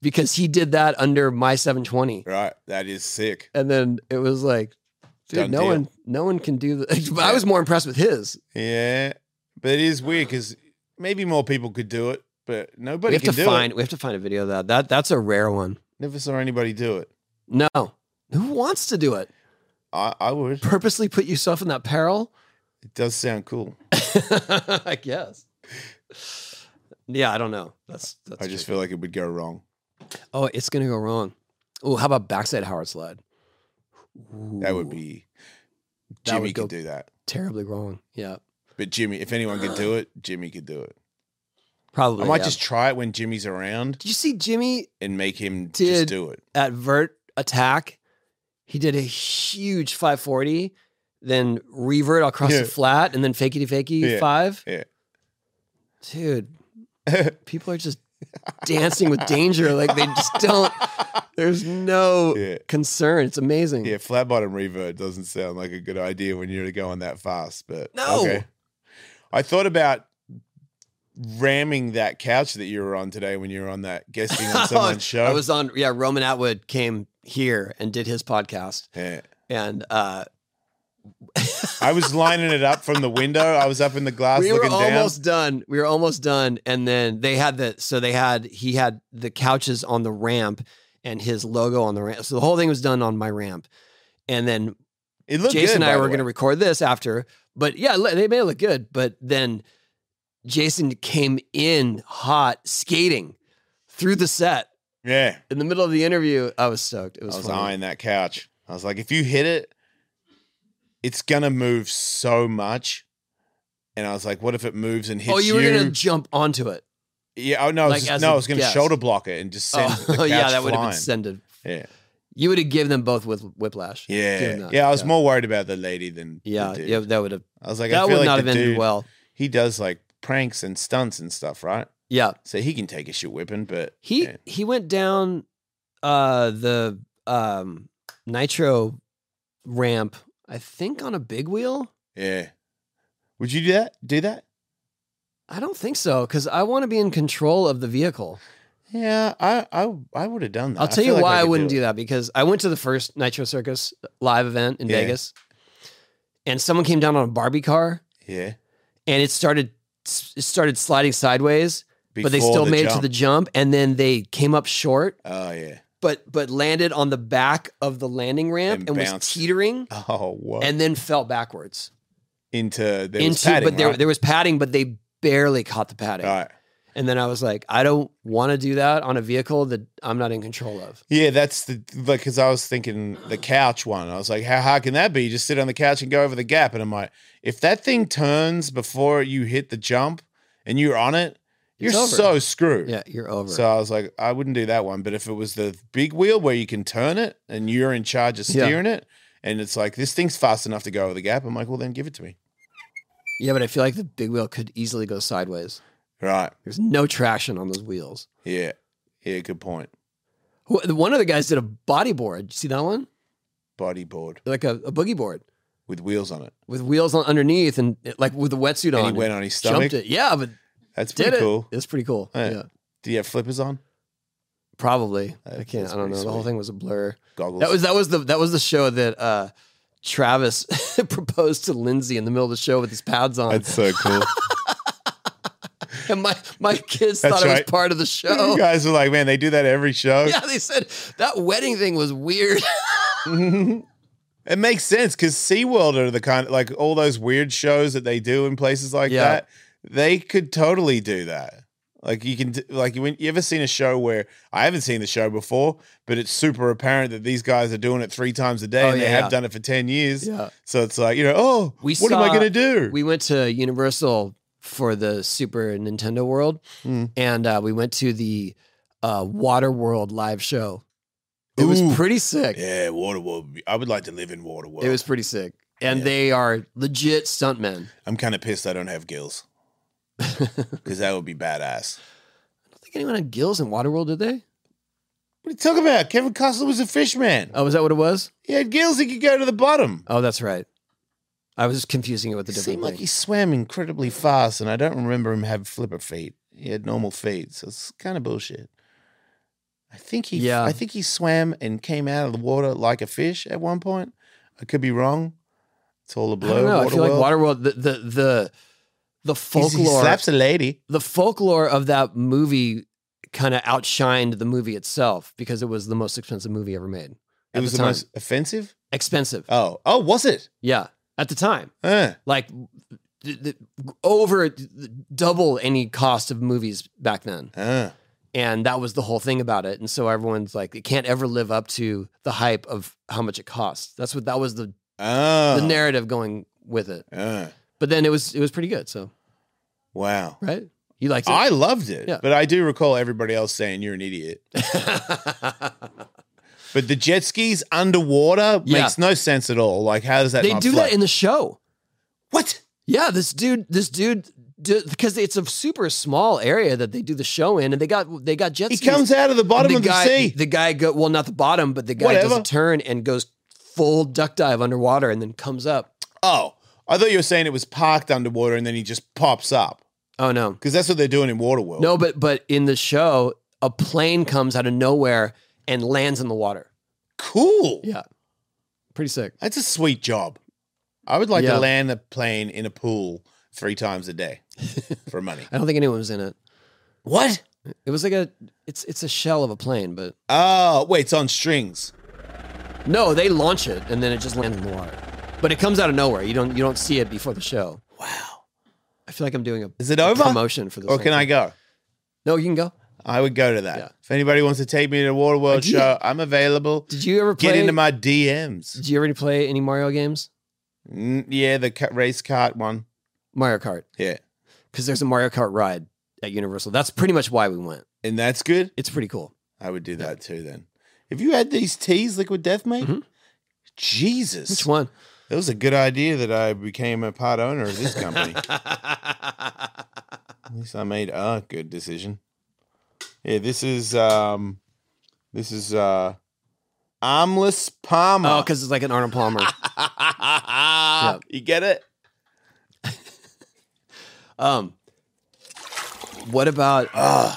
Speaker 1: because he did that under my 720.
Speaker 4: right. That is sick.
Speaker 1: And then it was like, dude,
Speaker 4: Done
Speaker 1: no
Speaker 4: deal.
Speaker 1: one no one can do that. But I
Speaker 4: Yeah.
Speaker 1: was more impressed with his.
Speaker 4: Yeah, but it is weird because maybe more people could do it, but nobody
Speaker 1: we have
Speaker 4: can
Speaker 1: to
Speaker 4: do
Speaker 1: find
Speaker 4: it.
Speaker 1: we have to find a video of that. That that's a rare one.
Speaker 4: Never saw anybody do it.
Speaker 1: No. Who wants to do it?
Speaker 4: I, I would.
Speaker 1: Purposely put yourself in that peril?
Speaker 4: It does sound cool.
Speaker 1: I guess. Yeah, I don't know. That's that's
Speaker 4: I just
Speaker 1: tricky.
Speaker 4: feel like it would go wrong.
Speaker 1: Oh, it's gonna go wrong. Oh, how about backside Howard slide?
Speaker 4: That would
Speaker 1: Ooh,
Speaker 4: be
Speaker 1: That
Speaker 4: Jimmy
Speaker 1: would go-
Speaker 4: could do that.
Speaker 1: terribly wrong. Yeah.
Speaker 4: But Jimmy, if anyone could do it, Jimmy could do it.
Speaker 1: Probably.
Speaker 4: I might
Speaker 1: yeah.
Speaker 4: just try it when Jimmy's around
Speaker 1: Did you see Jimmy
Speaker 4: and make him
Speaker 1: Did-
Speaker 4: just do it.
Speaker 1: at vert attack? He did a huge 540, then revert across
Speaker 4: Yeah.
Speaker 1: the flat, and then fakey fakey
Speaker 4: Yeah,
Speaker 1: five.
Speaker 4: yeah.
Speaker 1: Dude, people are just dancing with danger. Like they just don't. There's no
Speaker 4: Yeah.
Speaker 1: concern. It's amazing.
Speaker 4: Yeah, flat bottom reverb doesn't sound like a good idea when you're going that fast, but
Speaker 1: No.
Speaker 4: I thought about ramming that couch that you were on today when you were on that guesting on someone's show.
Speaker 1: I was on. Yeah, Roman Atwood came here and did his podcast,
Speaker 4: Yeah.
Speaker 1: and uh,
Speaker 4: I was lining it up from the window. I was up in the glass
Speaker 1: we were
Speaker 4: looking down.
Speaker 1: almost done. We were almost done, and then they had the so they had he had the couches on the ramp and his logo on the ramp. So the whole thing was done on my ramp, and then
Speaker 4: It looked
Speaker 1: Jason and
Speaker 4: good,
Speaker 1: I
Speaker 4: by
Speaker 1: were
Speaker 4: the
Speaker 1: going to
Speaker 4: way.
Speaker 1: record this after, but yeah, li- they made it look good. But then Jason came in hot skating through the set
Speaker 4: Yeah.
Speaker 1: in the middle of the interview. I was stoked. It was,
Speaker 4: I was
Speaker 1: funny.
Speaker 4: eyeing that couch. I was like, if you hit it, it's gonna move so much. And I was like, what if it moves and hits
Speaker 1: Oh, you were gonna jump onto it.
Speaker 4: yeah. Oh no, I was
Speaker 1: like,
Speaker 4: just-
Speaker 1: as
Speaker 4: no,
Speaker 1: a
Speaker 4: I was gonna
Speaker 1: guest. Oh,
Speaker 4: shoulder block it and just send the couch
Speaker 1: yeah, that would have
Speaker 4: flying.
Speaker 1: been sended.
Speaker 4: yeah,
Speaker 1: You would have given them both with whiplash. Given
Speaker 4: yeah,
Speaker 1: that,
Speaker 4: yeah. I was more worried about the lady than the
Speaker 1: Yeah,
Speaker 4: dude.
Speaker 1: yeah, that would have.
Speaker 4: I was like, I
Speaker 1: that
Speaker 4: feel
Speaker 1: would
Speaker 4: like
Speaker 1: not
Speaker 4: the
Speaker 1: have ended
Speaker 4: dude,
Speaker 1: well.
Speaker 4: He does like pranks and stunts and stuff, right?
Speaker 1: Yeah,
Speaker 4: So he can take a shit whipping, but
Speaker 1: he
Speaker 4: yeah.
Speaker 1: he went down uh the um nitro ramp. I think on a big wheel.
Speaker 4: yeah. Would you do that? Do that?
Speaker 1: I don't think so because I want to be in control of the vehicle.
Speaker 4: Yeah, I I I would have done that.
Speaker 1: I'll
Speaker 4: I
Speaker 1: tell you
Speaker 4: feel like
Speaker 1: why I,
Speaker 4: could
Speaker 1: wouldn't
Speaker 4: it.
Speaker 1: do that because I went to the first Nitro Circus live event in
Speaker 4: Yeah.
Speaker 1: Vegas, and someone came down on a Barbie car
Speaker 4: Yeah,
Speaker 1: and it started it started sliding sideways, but they
Speaker 4: Before
Speaker 1: still
Speaker 4: the
Speaker 1: made it to
Speaker 4: jump.
Speaker 1: the jump, and then they came up short,
Speaker 4: Oh yeah.
Speaker 1: but but landed on the back of the landing ramp and,
Speaker 4: And
Speaker 1: was
Speaker 4: bounced.
Speaker 1: teetering,
Speaker 4: Oh what?
Speaker 1: and then fell backwards
Speaker 4: into there was
Speaker 1: into.
Speaker 4: padding,
Speaker 1: but there
Speaker 4: right?
Speaker 1: there was padding, but they barely caught the padding,
Speaker 4: Right.
Speaker 1: And then I was like, I don't want to do that on a vehicle that I'm not in control of.
Speaker 4: Yeah, that's the like because I was thinking the couch one. I was like, how hard can that be? You just sit on the couch and go over the gap. And I'm like, if that thing turns before you hit the jump and you're on it, you're
Speaker 1: It's over.
Speaker 4: so screwed.
Speaker 1: Yeah, you're over.
Speaker 4: So I was like, I wouldn't do that one. But if it was the big wheel where you can turn it and you're in charge of
Speaker 1: Yeah.
Speaker 4: steering it, and it's like this thing's fast enough to go over the gap, I'm like, well then give it to me.
Speaker 1: yeah, but I feel like the big wheel could easily go sideways.
Speaker 4: Right.
Speaker 1: There's no traction on those wheels.
Speaker 4: Yeah. Yeah, good point.
Speaker 1: Wh- One of the guys did a bodyboard. board. You see that one?
Speaker 4: Bodyboard
Speaker 1: Like a, a boogie board
Speaker 4: with wheels on it.
Speaker 1: with wheels on underneath and it- like with a wetsuit on.
Speaker 4: And he went on his
Speaker 1: jumped
Speaker 4: stomach.
Speaker 1: it. Yeah, but
Speaker 4: That's
Speaker 1: did
Speaker 4: pretty
Speaker 1: it.
Speaker 4: cool.
Speaker 1: It's pretty cool.
Speaker 4: Yeah.
Speaker 1: Yeah,
Speaker 4: Do you have flippers on?
Speaker 1: probably.
Speaker 4: That-
Speaker 1: I can't.
Speaker 4: that's
Speaker 1: I don't know.
Speaker 4: pretty
Speaker 1: The whole
Speaker 4: sweet.
Speaker 1: thing was a blur.
Speaker 4: Goggles.
Speaker 1: That was that was the that was the show that uh, Travis proposed to Lindsay in the middle of the show with his pads on,
Speaker 4: That's so cool.
Speaker 1: and my my kids
Speaker 4: That's
Speaker 1: thought it
Speaker 4: right.
Speaker 1: was part of the
Speaker 4: You
Speaker 1: show.
Speaker 4: guys are like, man, they do that every show.
Speaker 1: Oh. Yeah, they said that wedding thing was weird.
Speaker 4: It makes sense because SeaWorld are the kind like all those weird shows that they do in places like
Speaker 1: Yeah.
Speaker 4: that. They could totally do that. Like you can d- like you, you ever seen a show where I haven't seen the show before, but it's super apparent that these guys are doing it three times a day
Speaker 1: Oh,
Speaker 4: and they
Speaker 1: yeah,
Speaker 4: have
Speaker 1: yeah.
Speaker 4: done it for ten years.
Speaker 1: yeah,
Speaker 4: So it's like you know, oh,
Speaker 1: We
Speaker 4: what am I
Speaker 1: saw-
Speaker 4: gonna do?
Speaker 1: we went to Universal for the Super Nintendo World,
Speaker 4: Mm.
Speaker 1: and uh, we went to the uh, Water World live show. It was
Speaker 4: Ooh.
Speaker 1: pretty sick.
Speaker 4: yeah, Waterworld. I would like to live in Waterworld.
Speaker 1: It was pretty sick, and
Speaker 4: Yeah.
Speaker 1: they are legit stuntmen.
Speaker 4: I'm kind of pissed I don't have gills because that would be badass.
Speaker 1: I don't think anyone had gills in Waterworld, did they?
Speaker 4: What are you talking about? Kevin Costner was a fish man.
Speaker 1: Oh, is that what it was?
Speaker 4: He had gills. He could go to the bottom.
Speaker 1: Oh, that's right. I was confusing it with the
Speaker 4: It
Speaker 1: different
Speaker 4: seemed like
Speaker 1: thing.
Speaker 4: he swam incredibly fast, and I don't remember him having flipper feet. He had normal feet, so it's kind of bullshit. I think he,
Speaker 1: Yeah.
Speaker 4: I think he swam and came out of the water like a fish at one point. I could be wrong. It's all
Speaker 1: I
Speaker 4: a blur.
Speaker 1: don't know. I feel like
Speaker 4: Waterworld.
Speaker 1: Waterworld, the the the, the
Speaker 4: He's- He
Speaker 1: folklore,
Speaker 4: slaps a lady.
Speaker 1: the folklore of that movie kind of outshined the movie itself because it was the most expensive movie ever made.
Speaker 4: It
Speaker 1: At
Speaker 4: was
Speaker 1: the
Speaker 4: the,
Speaker 1: time.
Speaker 4: most offensive.
Speaker 1: Expensive,
Speaker 4: Oh, oh, was it?
Speaker 1: yeah, at the time,
Speaker 4: Uh,
Speaker 1: like th- th- over th- double any cost of movies back then.
Speaker 4: uh.
Speaker 1: and that was the whole thing about it and so everyone's like it can't ever live up to the hype of how much it costs that's what that was the,
Speaker 4: Oh,
Speaker 1: the narrative going with it
Speaker 4: uh,
Speaker 1: but then it was it was pretty good so
Speaker 4: wow.
Speaker 1: right you liked it
Speaker 4: I loved it,
Speaker 1: Yeah.
Speaker 4: but I do recall everybody else saying you're an idiot. But the jet skis underwater
Speaker 1: Yeah.
Speaker 4: makes no sense at all. Like, how does that?
Speaker 1: they
Speaker 4: not
Speaker 1: do
Speaker 4: float?
Speaker 1: that in the show
Speaker 4: what?
Speaker 1: yeah this dude this dude because it's a super small area that they do the show in and they got they got jet
Speaker 4: He
Speaker 1: skis.
Speaker 4: comes out of the bottom
Speaker 1: the
Speaker 4: of
Speaker 1: guy,
Speaker 4: the sea.
Speaker 1: The guy go well, not the bottom, but the guy does
Speaker 4: Whatever.
Speaker 1: a turn and goes full duck dive underwater and then comes up.
Speaker 4: oh, I thought you were saying it was parked underwater and then he just pops up
Speaker 1: Oh no.
Speaker 4: because that's what they're doing in Waterworld.
Speaker 1: No, but but in the show, a plane comes out of nowhere and lands in the water.
Speaker 4: cool.
Speaker 1: Yeah, pretty sick.
Speaker 4: That's a sweet job. I would like
Speaker 1: Yeah.
Speaker 4: to land a plane in a pool three times a day for money.
Speaker 1: I don't think anyone was in it.
Speaker 4: What?
Speaker 1: It was like a it's it's a shell of a plane, but
Speaker 4: Oh, wait, it's on strings.
Speaker 1: no, they launch it and then it just lands in the water. But it comes out of nowhere. You don't you don't see it before the show.
Speaker 4: Wow.
Speaker 1: I feel like I'm doing a,
Speaker 4: Is it
Speaker 1: a
Speaker 4: over?
Speaker 1: promotion for this.
Speaker 4: Or
Speaker 1: whole
Speaker 4: can I
Speaker 1: thing.
Speaker 4: go?
Speaker 1: No, you can go.
Speaker 4: I would go to that.
Speaker 1: Yeah.
Speaker 4: If anybody wants to take me to the Waterworld
Speaker 1: Did you-
Speaker 4: show, I'm available.
Speaker 1: Did you ever play?
Speaker 4: Get into my DMs.
Speaker 1: did you already play any Mario games?
Speaker 4: Mm, yeah, the ca- race cart one.
Speaker 1: Mario Kart,
Speaker 4: Yeah.
Speaker 1: because there's a Mario Kart ride at Universal. That's pretty much why we went.
Speaker 4: And that's good.
Speaker 1: It's pretty cool.
Speaker 4: I would do that too then. Have you had these teas, Liquid Death, mate?
Speaker 1: Mhm.
Speaker 4: Jesus.
Speaker 1: Which one?
Speaker 4: It was a good idea that I became a part owner of this company. At least I made a good decision. Yeah, this is um this is uh armless Palmer.
Speaker 1: Oh, because it's like an Arnold Palmer.
Speaker 4: you get it?
Speaker 1: Um, what about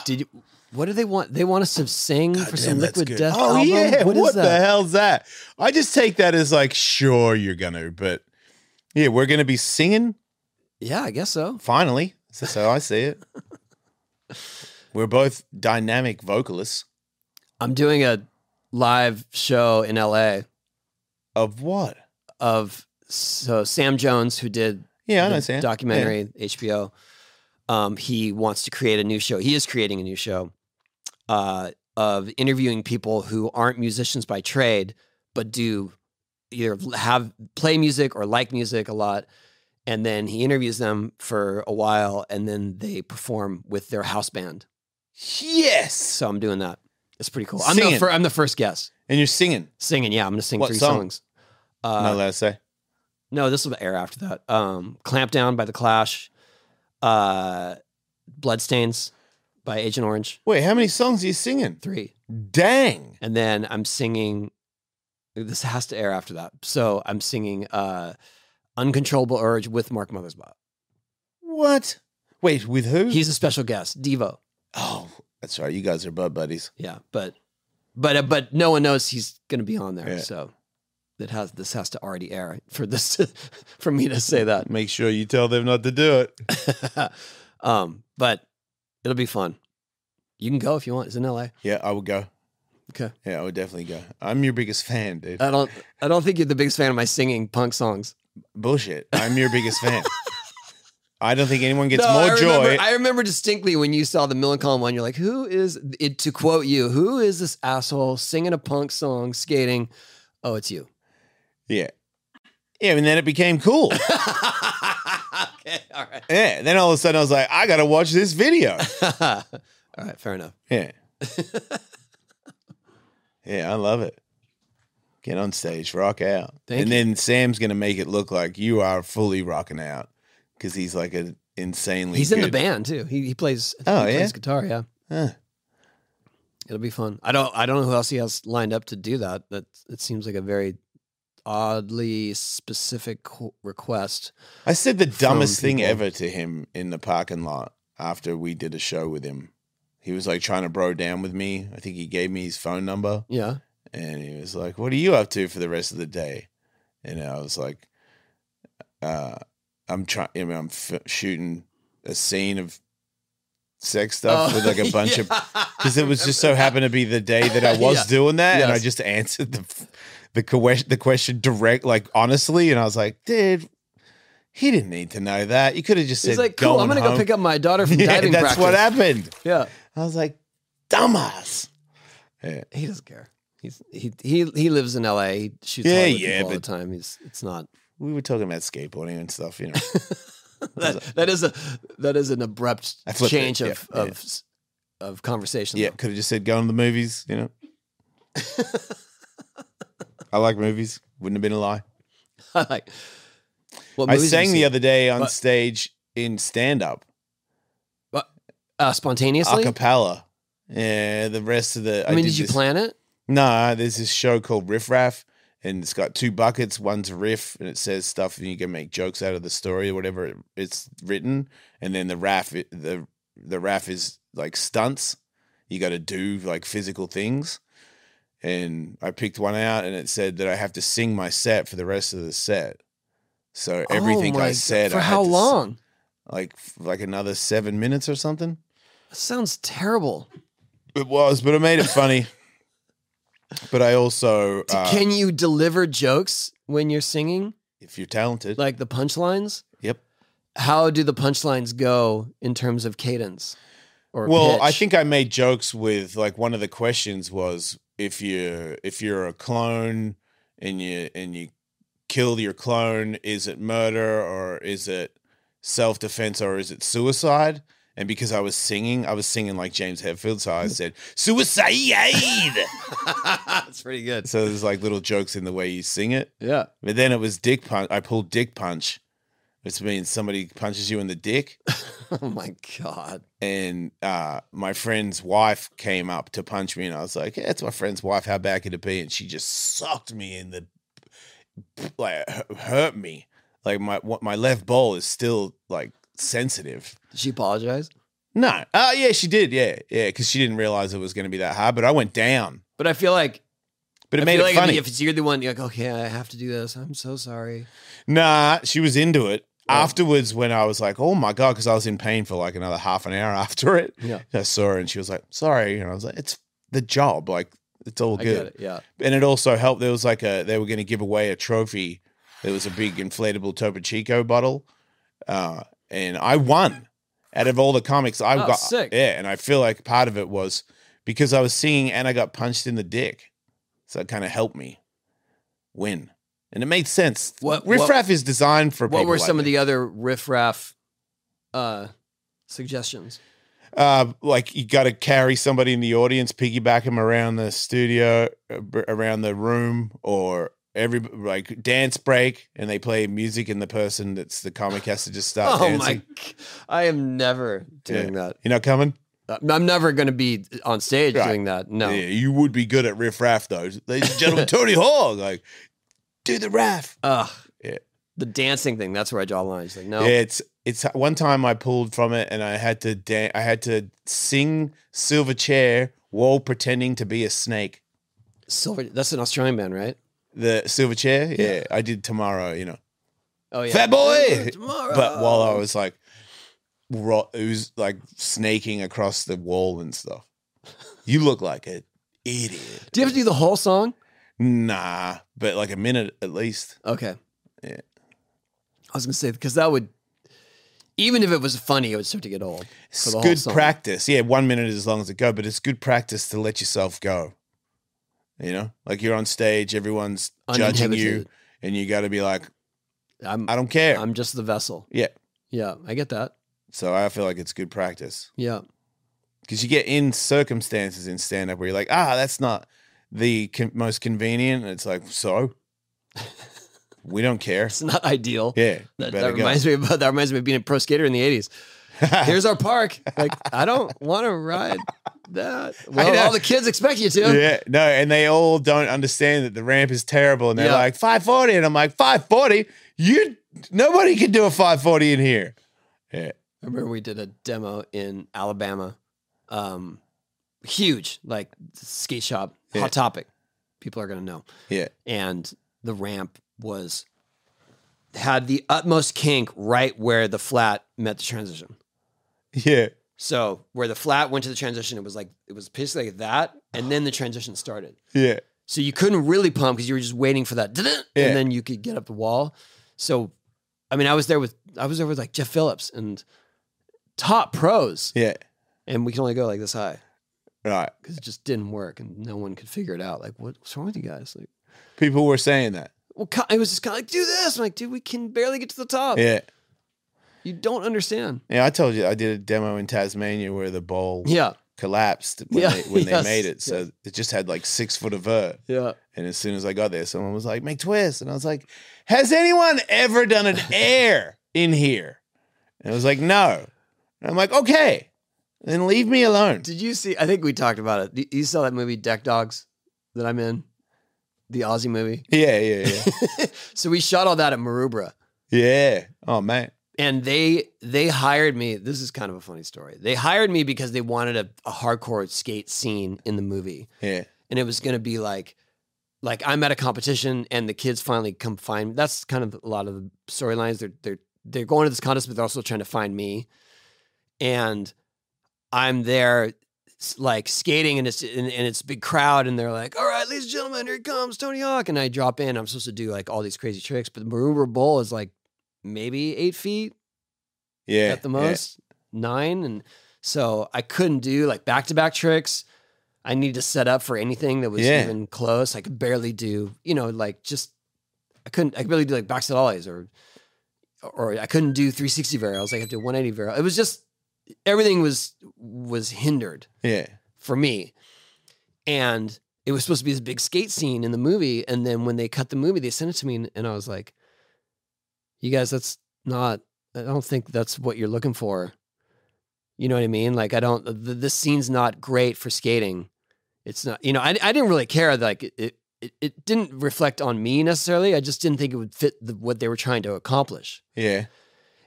Speaker 1: did you? What do they want? They want us to sing for some
Speaker 4: Damn, Ah. that's
Speaker 1: Liquid
Speaker 4: good.
Speaker 1: Death
Speaker 4: oh
Speaker 1: album.
Speaker 4: yeah,
Speaker 1: what
Speaker 4: what,
Speaker 1: is
Speaker 4: the
Speaker 1: that?
Speaker 4: hell's that? I just take that as like, sure you're gonna, but yeah, we're gonna be singing
Speaker 1: Yeah, I guess so.
Speaker 4: Finally, that's how I see it. We're both dynamic vocalists.
Speaker 1: I'm doing a live show in L.A.
Speaker 4: Of what?
Speaker 1: of so Sam Jones, who did
Speaker 4: Yeah, I
Speaker 1: the
Speaker 4: know Sam.
Speaker 1: documentary HBO. Um, he wants to create a new show. He is creating a new show uh, of interviewing people who aren't musicians by trade, but do either have play music or like music a lot. And then he interviews them for a while, and then they perform with their house band.
Speaker 4: Yes.
Speaker 1: So I'm doing that. It's pretty cool. I'm the
Speaker 4: Singing.
Speaker 1: fir- I'm the first guest
Speaker 4: And you're singing.
Speaker 1: singing. Yeah, I'm gonna sing
Speaker 4: What
Speaker 1: three
Speaker 4: song?
Speaker 1: songs.
Speaker 4: I'm
Speaker 1: Uh,
Speaker 4: not allowed to say.
Speaker 1: no, this will air after that. Um, Clamp Down by The Clash, uh, Bloodstains by Agent Orange,
Speaker 4: Wait, how many songs are you singing?
Speaker 1: three.
Speaker 4: Dang.
Speaker 1: And then I'm singing, this has to air after that. So I'm singing uh, Uncontrollable Urge with Mark Mothersbaugh.
Speaker 4: What? Wait, with who?
Speaker 1: He's a special guest, Devo.
Speaker 4: oh, that's right. You guys are bud buddies.
Speaker 1: Yeah, but but uh, but no one knows he's going to be on there.
Speaker 4: Yeah.
Speaker 1: So that has this has to already air for this to, for me to say that.
Speaker 4: Make sure you tell them not to do it.
Speaker 1: um, but it'll be fun. You can go if you want. It's in LA.
Speaker 4: Yeah, I would go.
Speaker 1: Okay.
Speaker 4: Yeah, I would definitely go. I'm your biggest fan, dude.
Speaker 1: I don't. I don't think you're the biggest fan of my singing punk songs.
Speaker 4: Bullshit. I'm your biggest fan. I don't think anyone gets
Speaker 1: No,
Speaker 4: more
Speaker 1: I remember,
Speaker 4: joy.
Speaker 1: I remember distinctly when you saw the Millicom one. You're like, "Who is it?" To quote you, "Who is this asshole singing a punk song, skating?" Oh, it's you.
Speaker 4: yeah. Yeah, and then it became cool.
Speaker 1: okay, all
Speaker 4: yeah. Then all of a sudden I was like, I gotta watch this video.
Speaker 1: right. all right, fair enough.
Speaker 4: Yeah. yeah, I love it. Get on stage, rock out.
Speaker 1: Thank
Speaker 4: and
Speaker 1: you.
Speaker 4: then Sam's going to make it look like you are fully rocking out because he's like an insanely.
Speaker 1: He's in the
Speaker 4: good-
Speaker 1: band too. He he plays. I think
Speaker 4: Oh,
Speaker 1: he plays
Speaker 4: yeah?
Speaker 1: guitar. Yeah,
Speaker 4: Huh.
Speaker 1: it'll be fun. I don't. I don't know who else he has lined up to do that. That it seems like a very oddly specific co- request.
Speaker 4: I said the
Speaker 1: From
Speaker 4: dumbest thing
Speaker 1: people.
Speaker 4: ever to him in the parking lot after we did a show with him. He was like trying to bro down with me. I think he gave me his phone number.
Speaker 1: Yeah.
Speaker 4: and he was like, "What are you up to for the rest of the day?" And I was like, uh, "I'm trying. I mean, I'm f- shooting a scene of sex stuff
Speaker 1: Oh,
Speaker 4: with like a bunch of
Speaker 1: yeah.
Speaker 4: because it was just so happened to be the day that I was
Speaker 1: Yeah.
Speaker 4: doing that, and I
Speaker 1: Yes.
Speaker 4: just answered the f- the question the question direct, like honestly, and I was like, "Dude." He didn't need to know that. You could have just said,
Speaker 1: He's like, cool. I'm gonna go pick up my daughter from diving
Speaker 4: that's
Speaker 1: practice.
Speaker 4: what happened.
Speaker 1: yeah.
Speaker 4: I was like, dumbass.
Speaker 1: He doesn't care. He's he he he lives in L.A. He shoots
Speaker 4: Yeah,
Speaker 1: yeah,
Speaker 4: yeah,
Speaker 1: all the
Speaker 4: but-
Speaker 1: time. He's it's not
Speaker 4: We were talking about skateboarding and stuff, you know.
Speaker 1: that, that is a that is an abrupt
Speaker 4: I flipped it.
Speaker 1: change of
Speaker 4: Yeah, yeah.
Speaker 1: of s- of conversation.
Speaker 4: Yeah,
Speaker 1: though.
Speaker 4: could have just said going to the movies, you know. I like movies. Wouldn't have been a lie.
Speaker 1: I like. What
Speaker 4: I
Speaker 1: movies have you
Speaker 4: sang the
Speaker 1: seen?
Speaker 4: other day on
Speaker 1: But-
Speaker 4: stage in stand up,
Speaker 1: uh,
Speaker 4: a
Speaker 1: spontaneously.
Speaker 4: cappella. Yeah, the rest of the.
Speaker 1: I mean, did, you
Speaker 4: this-
Speaker 1: plan it?
Speaker 4: No, there's this show called Riff Raff, and it's got two buckets. One's riff, and it says stuff, and you can make jokes out of the story or whatever it- it's written. And then the raff, i- the the raff is like stunts. You got to do like physical things. And I picked one out, and it said that I have to sing my set for the rest of the set. So everything
Speaker 1: Oh my
Speaker 4: I
Speaker 1: God.
Speaker 4: said
Speaker 1: for
Speaker 4: I had
Speaker 1: how
Speaker 4: to s-
Speaker 1: long?
Speaker 4: like like another seven minutes or something.
Speaker 1: That sounds terrible.
Speaker 4: It was, but I made it funny. but I also
Speaker 1: T-
Speaker 4: uh,
Speaker 1: Can you deliver jokes when you're singing,
Speaker 4: if you're talented.
Speaker 1: like the punchlines?
Speaker 4: Yep.
Speaker 1: How do the punchlines go in terms of cadence? Or
Speaker 4: Well, I
Speaker 1: pitch?
Speaker 4: think I made jokes with like one of the questions was if you if you're a clone and you and you kill your clone, is it murder or is it self defense or is it suicide? And because I was singing, I was singing like James Hetfield, so I said suicide.
Speaker 1: that's pretty good.
Speaker 4: so there's like little jokes in the way you sing it.
Speaker 1: Yeah.
Speaker 4: But then it was dick punch. I pulled dick punch, which means somebody punches you in the dick.
Speaker 1: Oh my god.
Speaker 4: and uh, my friend's wife came up to punch me, and I was like, "Yeah, it's my friend's wife. How bad could it be?" And she just sucked me in the like hu- hurt me. Like my what my left ball is still like sensitive.
Speaker 1: Did she apologize?
Speaker 4: No, oh yeah, she did. Yeah, yeah, because she didn't realize it was going to be that hard. But I went down.
Speaker 1: But I feel like
Speaker 4: But it
Speaker 1: I
Speaker 4: made
Speaker 1: feel
Speaker 4: it
Speaker 1: like if-
Speaker 4: funny.
Speaker 1: If it's you're the one, you're like, okay, I have to do this. I'm so sorry.
Speaker 4: Nah, she was into it.
Speaker 1: Oh.
Speaker 4: Afterwards, when I was like, "Oh my god," because I was in pain for like another half an hour after it.
Speaker 1: Yeah.
Speaker 4: I saw her, and she was like, "Sorry," and I was like, "It's the job. Like, it's all
Speaker 1: I
Speaker 4: good."
Speaker 1: get it. Yeah.
Speaker 4: and it also helped. There was like a they were going to give away a trophy. There was a big inflatable Topo Chico bottle, uh, and I won. out of all the comics I've
Speaker 1: Oh,
Speaker 4: got.
Speaker 1: sick.
Speaker 4: Yeah, and I feel like part of it was because I was singing and I got punched in the dick, so it kind of helped me win, and it made sense.
Speaker 1: What-
Speaker 4: Riff
Speaker 1: what-
Speaker 4: Raff is designed for
Speaker 1: What
Speaker 4: people
Speaker 1: were
Speaker 4: like
Speaker 1: some of
Speaker 4: me.
Speaker 1: the other riffraff uh, suggestions?
Speaker 4: uh, like you got to carry somebody in the audience, piggyback them around the studio, uh, b- around the room, or every like dance break, and they play music, and the person that's the comic has to just start
Speaker 1: oh
Speaker 4: dancing.
Speaker 1: my! g- I am never doing
Speaker 4: You're not coming?
Speaker 1: that. Uh, I'm never going to be on stage
Speaker 4: Right.
Speaker 1: doing that. No.
Speaker 4: Yeah, you would be good at riff raff though, ladies and gentlemen. Tony Hawk, like do the raff.
Speaker 1: Ugh.
Speaker 4: Yeah.
Speaker 1: The dancing thing. That's where I draw lines. Like no.
Speaker 4: Yeah, it's it's one time I pulled from it, and I had to dan- I had to sing Silver Chair while pretending to be a snake.
Speaker 1: Silver. That's an Australian band, right?
Speaker 4: The Silver Chair, yeah, I did tomorrow, you know.
Speaker 1: Oh yeah.
Speaker 4: Fat boy!
Speaker 1: Tomorrow.
Speaker 4: But while
Speaker 1: Oh.
Speaker 4: I was like, ro- it was like snaking across the wall and stuff. You look like an idiot.
Speaker 1: Do you have to do the whole song?
Speaker 4: Nah, but like a minute at least.
Speaker 1: Okay.
Speaker 4: Yeah.
Speaker 1: I was gonna say because that would, even if it was funny, it would start to get old.
Speaker 4: It's
Speaker 1: the whole
Speaker 4: good
Speaker 1: song.
Speaker 4: practice. Yeah, one minute is as long as it go, but it's good practice to let yourself go. You know, like you're on stage, everyone's judging you,
Speaker 1: Uninhibited.
Speaker 4: and you got to be like,
Speaker 1: I'm.
Speaker 4: I don't care.
Speaker 1: I'm just the vessel.
Speaker 4: yeah.
Speaker 1: Yeah, I get that.
Speaker 4: So I feel like it's good practice.
Speaker 1: Yeah.
Speaker 4: because you get in circumstances in stand up where you're like, ah, that's not the con- most convenient. And it's like, so we don't care.
Speaker 1: It's not ideal.
Speaker 4: Yeah,
Speaker 1: That,
Speaker 4: better
Speaker 1: that
Speaker 4: go.
Speaker 1: reminds me about that reminds me of being a pro skater in the eighties. Here's our park. Like I don't want to ride that. Well,
Speaker 4: know.
Speaker 1: all the kids expect you to.
Speaker 4: yeah, no, and they all don't understand that the ramp is terrible, and they're
Speaker 1: Yeah.
Speaker 4: like 540, and I'm like 540. You nobody can do a 540 in here. Yeah,
Speaker 1: I remember we did a demo in Alabama. Um, huge, like skate shop,
Speaker 4: Yeah.
Speaker 1: hot topic. People are gonna know.
Speaker 4: yeah,
Speaker 1: And the ramp was had the utmost kink right where the flat met the transition.
Speaker 4: yeah.
Speaker 1: So where the flat went to the transition, it was like it was basically like that, and then the transition started.
Speaker 4: Yeah,
Speaker 1: So you couldn't really pump because you were just waiting for that,
Speaker 4: Yeah.
Speaker 1: and then you could get up the wall. So, I mean, I was there with I was there with like Jeff Phillips and top pros,
Speaker 4: yeah.
Speaker 1: and we can only go like this high
Speaker 4: Right.
Speaker 1: because it just didn't work, and no one could figure it out. Like, what, what's wrong with you guys? Like,
Speaker 4: People were saying that.
Speaker 1: well, ki- it was just kind of like do this. I'm like, dude, we can barely get to the top.
Speaker 4: Yeah.
Speaker 1: You don't understand.
Speaker 4: Yeah, I told you I did a demo in Tasmania where the bowl
Speaker 1: Yeah,
Speaker 4: collapsed when,
Speaker 1: Yeah,
Speaker 4: they, when
Speaker 1: yes,
Speaker 4: they made it. So it just had like six foot of vert.
Speaker 1: yeah.
Speaker 4: And as soon as I got there, someone was like, make twists. And I was like, has anyone ever done an air in here? And I was like, no. And I'm like, okay, then leave me alone.
Speaker 1: Did you see? I think we talked about it. You- You saw that movie Deck Dogs that I'm in, the Aussie movie.
Speaker 4: Yeah, yeah, yeah.
Speaker 1: so we shot all that at Maroubra.
Speaker 4: yeah. Oh, man.
Speaker 1: and they they hired me this is kind of a funny story they hired me because they wanted a, a hardcore skate scene in the movie
Speaker 4: Yeah.
Speaker 1: and it was going to be like like i'm at a competition and the kids finally come find me that's kind of a lot of the storylines they're they're they're going to this contest but they're also trying to find me and i'm there s- like skating and it's and, and it's a big crowd and they're like all right ladies and gentlemen here comes tony hawk and i drop in i'm supposed to do like all these crazy tricks but the maroon bowl is like maybe eight feet
Speaker 4: Yeah.
Speaker 1: at the most nine and so i couldn't do like back-to-back tricks i needed to set up for anything that was
Speaker 4: Yeah.
Speaker 1: even close i could barely do you know like just i couldn't i could barely do like backset ollies or or i couldn't do 360 varials i could do 180 varial it was just everything was was hindered
Speaker 4: Yeah. Yeah.
Speaker 1: for me and it was supposed to be this big skate scene in the movie and then when they cut the movie they sent it to me and, and i was like you guys that's not i don't think that's what you're looking for you know what i mean like i don't th- this scene's not great for skating it's not you know i, I didn't really care like it, it it- it didn't reflect on me necessarily i just didn't think it would fit the, what they were trying to accomplish
Speaker 4: Yeah.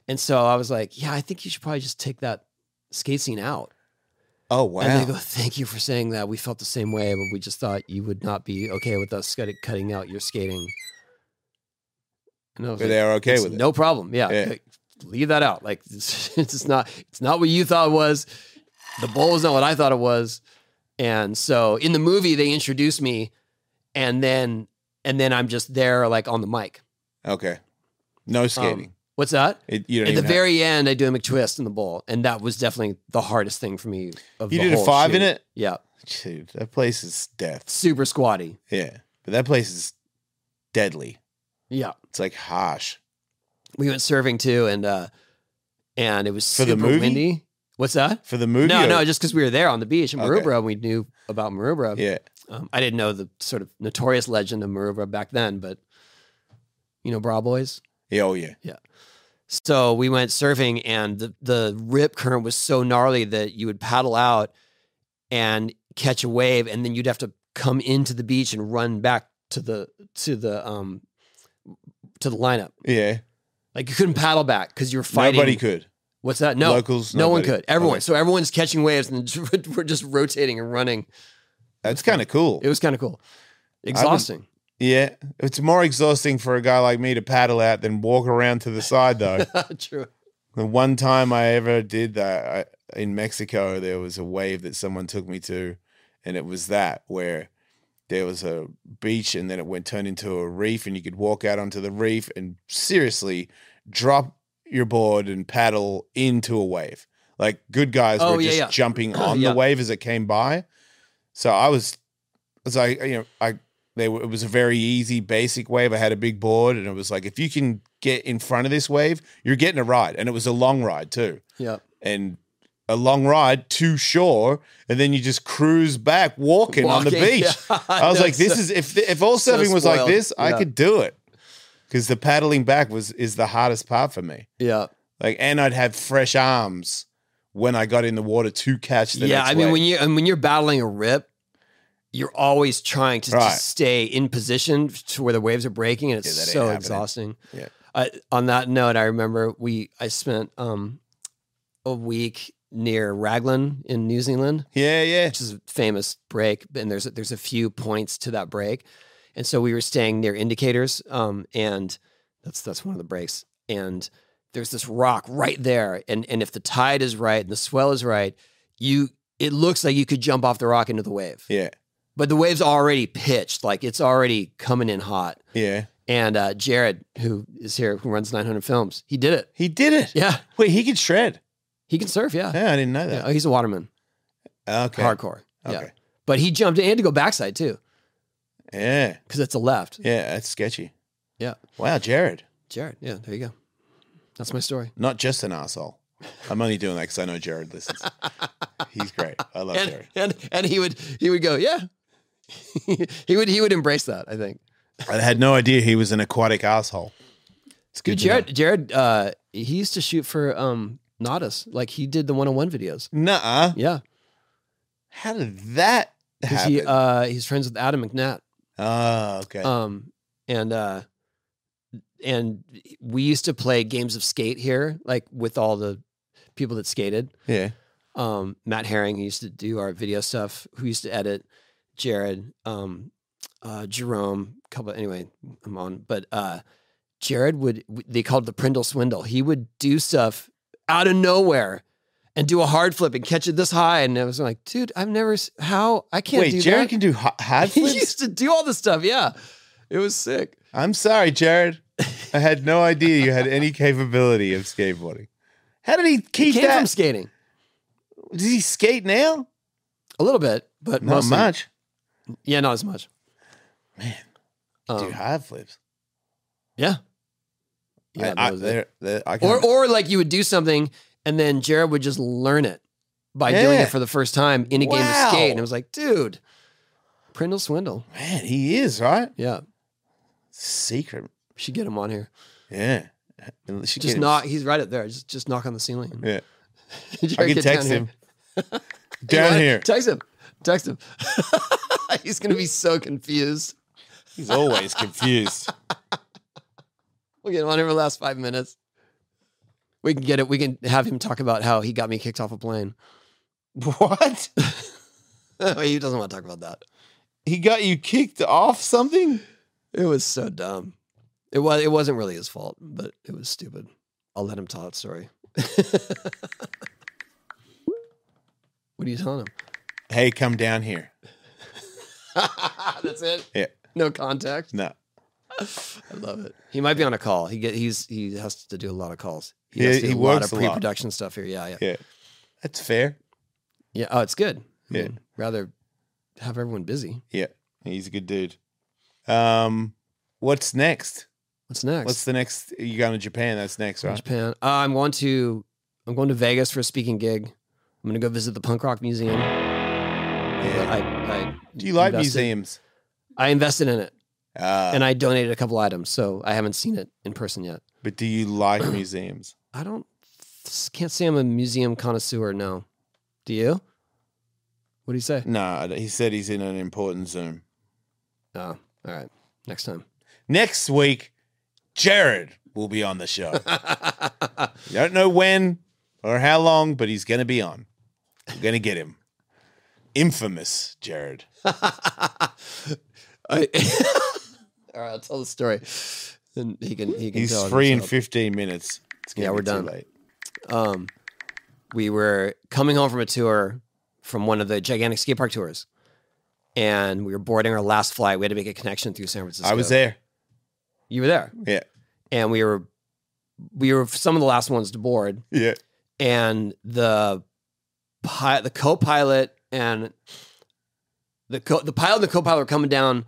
Speaker 1: and so i was like yeah i think you should probably just take that skate scene out
Speaker 4: Oh,
Speaker 1: and they
Speaker 4: wow.
Speaker 1: go, thank you for saying that. We felt the same way, but we just thought you would not be okay with us cut- cutting out your skating. And I was
Speaker 4: But
Speaker 1: like,
Speaker 4: they're okay
Speaker 1: "It's
Speaker 4: with it.
Speaker 1: no problem. Yeah.
Speaker 4: Yeah.
Speaker 1: Like, leave that out. Like it's, it's not, it's not what you thought it was. The bowl is not what I thought it was. And so in the movie, they introduce me and then, and then I'm just there like on the mic.
Speaker 4: Okay. No
Speaker 1: Um,
Speaker 4: skating.
Speaker 1: What's that?
Speaker 4: It, you don't
Speaker 1: At the
Speaker 4: even have-
Speaker 1: very end, I do a McTwist in the bowl, and that was definitely the hardest thing for me. Of
Speaker 4: You
Speaker 1: the
Speaker 4: did a
Speaker 1: whole
Speaker 4: five in
Speaker 1: shoot.
Speaker 4: it?
Speaker 1: Yeah,
Speaker 4: dude, that place is death.
Speaker 1: super squatty.
Speaker 4: Yeah, but that place is deadly.
Speaker 1: Yeah,
Speaker 4: It's like harsh.
Speaker 1: we went surfing too, and uh, and it was
Speaker 4: For the
Speaker 1: super
Speaker 4: movie?
Speaker 1: windy. What's that?
Speaker 4: For the movie,
Speaker 1: No,
Speaker 4: or-
Speaker 1: no, just because we were there on the beach in
Speaker 4: Okay.
Speaker 1: Maroubra, and we knew about Maroubra.
Speaker 4: yeah,
Speaker 1: Um, I didn't know the sort of notorious legend of Maroubra back then, but you know, bra boys.
Speaker 4: yeah, oh yeah.
Speaker 1: So we went surfing, and the, the rip current was so gnarly that you would paddle out and catch a wave, and then you'd have to come into the beach and run back to the to the um to the lineup.
Speaker 4: Yeah,
Speaker 1: Like you couldn't paddle back because you were fighting.
Speaker 4: nobody could.
Speaker 1: What's that? No,
Speaker 4: Locals,
Speaker 1: no one
Speaker 4: nobody.
Speaker 1: could. Everyone.
Speaker 4: Okay.
Speaker 1: So everyone's catching waves, and we're just rotating and running.
Speaker 4: That's kind of cool.
Speaker 1: It was kind of cool, exhausting.
Speaker 4: yeah, it's more exhausting for a guy like me to paddle out than walk around to the side, though.
Speaker 1: True.
Speaker 4: the one time I ever did that I, in Mexico, there was a wave that someone took me to, and it was that where there was a beach and then it went turned into a reef, and you could walk out onto the reef and seriously drop your board and paddle into a wave. Like good guys
Speaker 1: Oh,
Speaker 4: were
Speaker 1: yeah,
Speaker 4: just
Speaker 1: yeah.
Speaker 4: jumping on
Speaker 1: Yeah.
Speaker 4: the wave as it came by. So I was, it's like you know, I they were, it was a very easy basic wave. I had a big board, and it was like if you can get in front of this wave, you're getting a ride, and it was a long ride too,
Speaker 1: Yeah.
Speaker 4: and a long ride to shore, and then you just cruise back walking, on the
Speaker 1: Walking,
Speaker 4: beach.
Speaker 1: yeah.
Speaker 4: I was
Speaker 1: know,
Speaker 4: like, this
Speaker 1: so-
Speaker 4: is if if all
Speaker 1: so
Speaker 4: surfing was like
Speaker 1: spoiled.
Speaker 4: this, I
Speaker 1: Yeah.
Speaker 4: could do it because the paddling back was is the hardest part for me.
Speaker 1: yeah.
Speaker 4: Like, and I'd have fresh arms when I got in the water to catch the
Speaker 1: yeah,
Speaker 4: next
Speaker 1: I mean
Speaker 4: wave.
Speaker 1: when you and when you're battling a rip, you're always trying to
Speaker 4: Right.
Speaker 1: just stay in position to where the waves are breaking, and it's
Speaker 4: Yeah, that ain't
Speaker 1: so
Speaker 4: happening.
Speaker 1: exhausting.
Speaker 4: Yeah.
Speaker 1: I, on that note, I remember we I spent um a week near Raglan in New Zealand,
Speaker 4: yeah, yeah.
Speaker 1: which is a famous break, and there's there's a few points to that break, and so we were staying near Indicators, um, and that's that's one of the breaks, and there's this rock right there, and and if the tide is right and the swell is right, you it looks like you could jump off the rock into the wave,
Speaker 4: Yeah,
Speaker 1: but the wave's already pitched, like it's already coming in hot,
Speaker 4: yeah.
Speaker 1: and uh, Jared, who is here, who runs 900 Films, he did it,
Speaker 4: He did it.
Speaker 1: yeah,
Speaker 4: Wait, he could shred.
Speaker 1: he can surf, yeah,
Speaker 4: Yeah, I didn't know
Speaker 1: yeah.
Speaker 4: that.
Speaker 1: he's a waterman,
Speaker 4: Okay.
Speaker 1: hardcore, yeah,
Speaker 4: Okay.
Speaker 1: but he jumped and to go backside too.
Speaker 4: Yeah.
Speaker 1: Because it's a left.
Speaker 4: Yeah, that's sketchy.
Speaker 1: Yeah.
Speaker 4: Wow, Jared,
Speaker 1: Jared. Yeah, there you go. That's my story.
Speaker 4: not just an asshole. I'm only doing that because I know Jared listens. He's great. I love
Speaker 1: And,
Speaker 4: Jared.
Speaker 1: and and he would he would go, yeah. he would he would embrace that, I think.
Speaker 4: I had no idea he was an aquatic asshole. It's
Speaker 1: Dude,
Speaker 4: to know.
Speaker 1: Jared Jared uh he used to shoot for um Nautis. Like he did the one on one videos.
Speaker 4: Nuh-uh.
Speaker 1: Yeah.
Speaker 4: How did that
Speaker 1: Because
Speaker 4: happen?
Speaker 1: he uh he's friends with Adam McNatt.
Speaker 4: oh, okay.
Speaker 1: Um and uh and we used to play games of skate here, like with all the people that skated.
Speaker 4: yeah.
Speaker 1: um, Matt Herring, who used to do our video stuff, who used to edit, Jared, um, uh, Jerome, couple. Anyway, I'm on, but uh, Jared would w- they called it the Prindle swindle. He would do stuff out of nowhere and do a hard flip and catch it this high, and I was like, dude, I've never s- how I can't
Speaker 4: Wait,
Speaker 1: do
Speaker 4: Jared
Speaker 1: that.
Speaker 4: can do ho- hard
Speaker 1: he
Speaker 4: flips?
Speaker 1: used to do all this stuff. Yeah, it was sick.
Speaker 4: I'm sorry, Jared. I had no idea you had any capability of skateboarding. How did he
Speaker 1: He
Speaker 4: keep
Speaker 1: came from
Speaker 4: that?
Speaker 1: skating
Speaker 4: Does he skate now?
Speaker 1: a little bit, but
Speaker 4: Not
Speaker 1: mostly-
Speaker 4: much.
Speaker 1: Yeah, not as much.
Speaker 4: Man,
Speaker 1: Um,
Speaker 4: do hard flips.
Speaker 1: yeah.
Speaker 4: I-
Speaker 1: that
Speaker 4: I,
Speaker 1: was it.
Speaker 4: they're- they're- I can-
Speaker 1: or or like you would do something and then Jared would just learn it by doing
Speaker 4: Yeah.
Speaker 1: it for the first time in a game of skate.
Speaker 4: Wow.
Speaker 1: And I was like, dude, Prindle Swindle.
Speaker 4: man, he is right.
Speaker 1: Yeah.
Speaker 4: Secret,
Speaker 1: We should get him on here.
Speaker 4: yeah. And she
Speaker 1: Just
Speaker 4: can-
Speaker 1: knock. He's right up there. Just just knock on the ceiling.
Speaker 4: Yeah,
Speaker 1: Jared,
Speaker 4: I can
Speaker 1: get down
Speaker 4: text
Speaker 1: here.
Speaker 4: him.
Speaker 1: You
Speaker 4: Down
Speaker 1: wanna-
Speaker 4: here,
Speaker 1: Text him. Text him. he's gonna be so confused.
Speaker 4: he's always confused.
Speaker 1: We'll get him on here for the last five minutes. We can get it. We can have him talk about how he got me kicked off a plane.
Speaker 4: What?
Speaker 1: he doesn't want to talk about that.
Speaker 4: He got you kicked off something?
Speaker 1: It was so dumb. It was. It wasn't really his fault, but it was stupid. I'll let him tell that story. what are you telling him?
Speaker 4: Hey, come down here.
Speaker 1: That's it.
Speaker 4: Yeah,
Speaker 1: No contact.
Speaker 4: no.
Speaker 1: I love it. He might be on a call. He get he's he has to do a lot of calls.
Speaker 4: He-
Speaker 1: has to do
Speaker 4: he
Speaker 1: a lot
Speaker 4: works
Speaker 1: of
Speaker 4: a lot.
Speaker 1: pre-production stuff here. Yeah, yeah,
Speaker 4: Yeah. That's fair.
Speaker 1: yeah. Oh, it's good. I
Speaker 4: Yeah.
Speaker 1: mean, rather have everyone busy.
Speaker 4: Yeah. He's a good dude. Um, what's next?
Speaker 1: What's next?
Speaker 4: What's the next? You're going to Japan. That's next, right?
Speaker 1: Japan. Uh, I'm going to I'm going to Vegas for a speaking gig. I'm gonna go visit the Punk Rock Museum. But
Speaker 4: Yeah.
Speaker 1: I, I
Speaker 4: Do you like
Speaker 1: invested-
Speaker 4: museums?
Speaker 1: I invested in it
Speaker 4: Uh,
Speaker 1: and I donated a couple items, so I haven't seen it in person yet.
Speaker 4: but do you like museums?
Speaker 1: I don't can't say I'm a museum connoisseur. No, do you? What do you say?
Speaker 4: No, I don't- he said he's in an important Zoom.
Speaker 1: Oh, all right. Next time.
Speaker 4: Next week, Jared will be on the show. I don't know when or how long, but he's going to be on. I'm going to get him. Infamous Jared.
Speaker 1: I- all right, I'll tell the story. Then he can he can
Speaker 4: He's
Speaker 1: tell it
Speaker 4: free in
Speaker 1: himself.
Speaker 4: 15 minutes. It's gonna
Speaker 1: Yeah,
Speaker 4: be
Speaker 1: we're
Speaker 4: too
Speaker 1: done.
Speaker 4: late.
Speaker 1: um, we were coming home from a tour from one of the gigantic skate park tours, and we were boarding our last flight. We had to make a connection through San Francisco.
Speaker 4: I was there.
Speaker 1: You were there,
Speaker 4: Yeah.
Speaker 1: and we were we were some of the last ones to board,
Speaker 4: Yeah.
Speaker 1: and the pi- the co-pilot and the co- the pilot and the co-pilot were coming down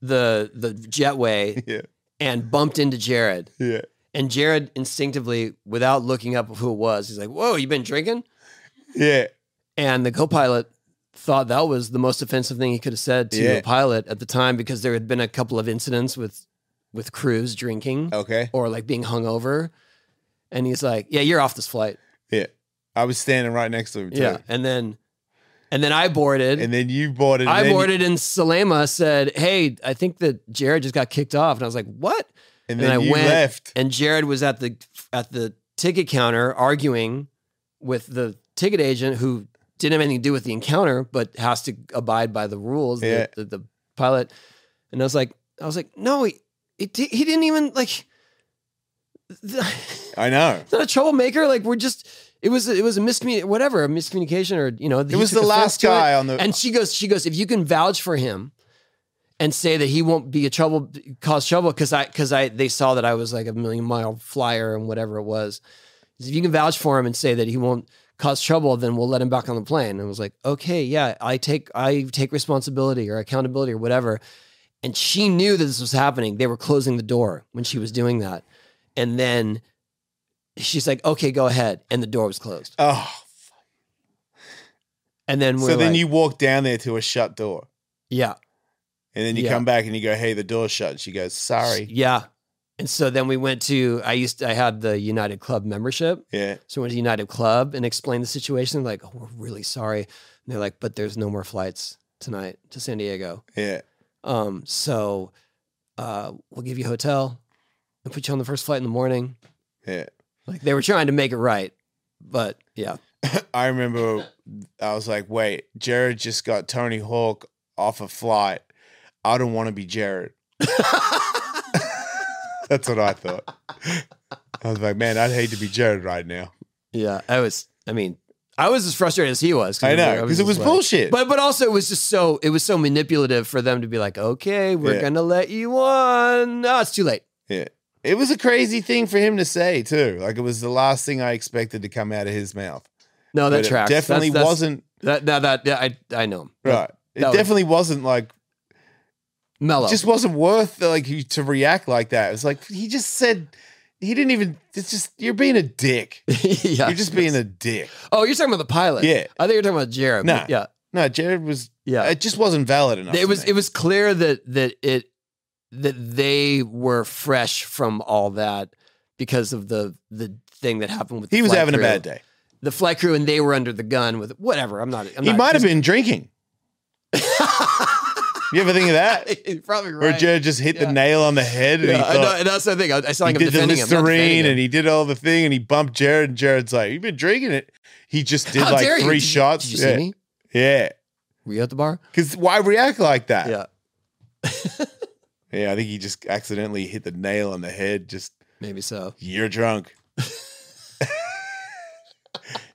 Speaker 1: the the jetway
Speaker 4: Yeah.
Speaker 1: and bumped into Jared.
Speaker 4: Yeah.
Speaker 1: And Jared instinctively, without looking up who it was, he's like, "Whoa, you been drinking?"
Speaker 4: Yeah.
Speaker 1: And the co-pilot thought that was the most offensive thing he could have said to
Speaker 4: Yeah.
Speaker 1: a pilot at the time because there had been a couple of incidents with with crews drinking
Speaker 4: Okay.
Speaker 1: or like being hungover. And he's like, "Yeah, you're off this flight."
Speaker 4: Yeah. I was standing right next to him. Too.
Speaker 1: Yeah. And then and then I boarded.
Speaker 4: And then you bought it. and
Speaker 1: I
Speaker 4: then you-
Speaker 1: boarded and Salema said, "Hey, I think that Jared just got kicked off." And I was like, "What?"
Speaker 4: and
Speaker 1: and
Speaker 4: then
Speaker 1: I
Speaker 4: you
Speaker 1: went-
Speaker 4: left.
Speaker 1: and Jared was at the at the ticket counter arguing with the ticket agent who didn't have anything to do with the encounter, but has to abide by the rules. the-
Speaker 4: Yeah.
Speaker 1: The, the pilot, and I was like, I was like, no, he he, di- he didn't even like. Not
Speaker 4: I know.
Speaker 1: a troublemaker. Like we're just. It was it was a miscommunication, whatever, a miscommunication, or you know,
Speaker 4: It was the last guy on the.
Speaker 1: and she goes, she goes, if you can vouch for him and say that he won't be a trouble, cause trouble, because I, because I, they saw that I was like a million mile flyer and whatever it was. If you can vouch for him and say that he won't cause trouble, then we'll let him back on the plane. And I was like, okay, yeah, I take, I take responsibility or accountability or whatever. And she knew that this was happening. They were closing the door when she was doing that, and then she's like, okay, go ahead, and the door was closed.
Speaker 4: oh.
Speaker 1: And then
Speaker 4: So
Speaker 1: we're
Speaker 4: then
Speaker 1: like,
Speaker 4: you walk down there to a shut door.
Speaker 1: yeah.
Speaker 4: And then you
Speaker 1: Yeah.
Speaker 4: come back and you go, hey, the door's shut. And she goes, sorry.
Speaker 1: Yeah. And so then we went to I used I had the United Club membership.
Speaker 4: Yeah.
Speaker 1: So we went to United Club and explained the situation. Like, oh, we're really sorry. And they're like, but there's no more flights tonight to San Diego.
Speaker 4: Yeah.
Speaker 1: Um, so uh we'll give you a hotel and put you on the first flight in the morning.
Speaker 4: Yeah.
Speaker 1: Like they were trying to make it right. But yeah.
Speaker 4: I remember I was like, wait, Jared just got Tony Hawk off a flight. I don't want to be Jared. That's what I thought. I was like, man, I'd hate to be Jared right now.
Speaker 1: Yeah. I was I mean, I was as frustrated as he was.
Speaker 4: I know, because it
Speaker 1: just
Speaker 4: was
Speaker 1: like-
Speaker 4: bullshit.
Speaker 1: But but also it was just so it was so manipulative for them to be like, okay, we're
Speaker 4: Yeah.
Speaker 1: gonna let you on. No, it's too late.
Speaker 4: yeah. It was a crazy thing for him to say, too. Like, it was the last thing I expected to come out of his mouth.
Speaker 1: No, Oh, that
Speaker 4: But it
Speaker 1: tracks. That's-
Speaker 4: definitely
Speaker 1: that's-
Speaker 4: wasn't,
Speaker 1: That now that yeah, I I know.
Speaker 4: right. It
Speaker 1: that was-
Speaker 4: definitely wasn't like,
Speaker 1: Mellow.
Speaker 4: just wasn't worth like you to react like that. It's like, he just said, he didn't even, it's just, you're being a dick.
Speaker 1: yeah.
Speaker 4: You're just being a dick.
Speaker 1: oh, you're talking about the pilot.
Speaker 4: Yeah.
Speaker 1: I think you're talking about Jared.
Speaker 4: Nah.
Speaker 1: Yeah.
Speaker 4: No, Jared was.
Speaker 1: Yeah.
Speaker 4: It just wasn't valid enough.
Speaker 1: it
Speaker 4: for
Speaker 1: was
Speaker 4: me.
Speaker 1: it was clear that that it that they were fresh from all that because of the the thing that happened with the
Speaker 4: He was
Speaker 1: flight
Speaker 4: having
Speaker 1: crew.
Speaker 4: a bad day.
Speaker 1: The flight crew and they were under the gun with whatever. I'm not. I'm
Speaker 4: he
Speaker 1: not
Speaker 4: might have been drinking. You ever think of that?
Speaker 1: You're probably
Speaker 4: Where
Speaker 1: right.
Speaker 4: Jared just hit
Speaker 1: Yeah.
Speaker 4: the nail on the head and
Speaker 1: Yeah,
Speaker 4: he
Speaker 1: I know,
Speaker 4: thought.
Speaker 1: and that's the thing. I, I saw
Speaker 4: He
Speaker 1: him
Speaker 4: did the
Speaker 1: defending him, not defending
Speaker 4: Listerine
Speaker 1: him.
Speaker 4: and he did all the thing and he bumped Jared and Jared's like, You've been drinking it. He just did
Speaker 1: How
Speaker 4: like
Speaker 1: dare you?
Speaker 4: three
Speaker 1: Did you-
Speaker 4: shots.
Speaker 1: Did you
Speaker 4: yeah.
Speaker 1: see me?
Speaker 4: Yeah.
Speaker 1: Were you at the bar?
Speaker 4: Cause why react like that?
Speaker 1: Yeah,
Speaker 4: Yeah, I think he just accidentally hit the nail on the head. Just
Speaker 1: maybe so.
Speaker 4: you're drunk.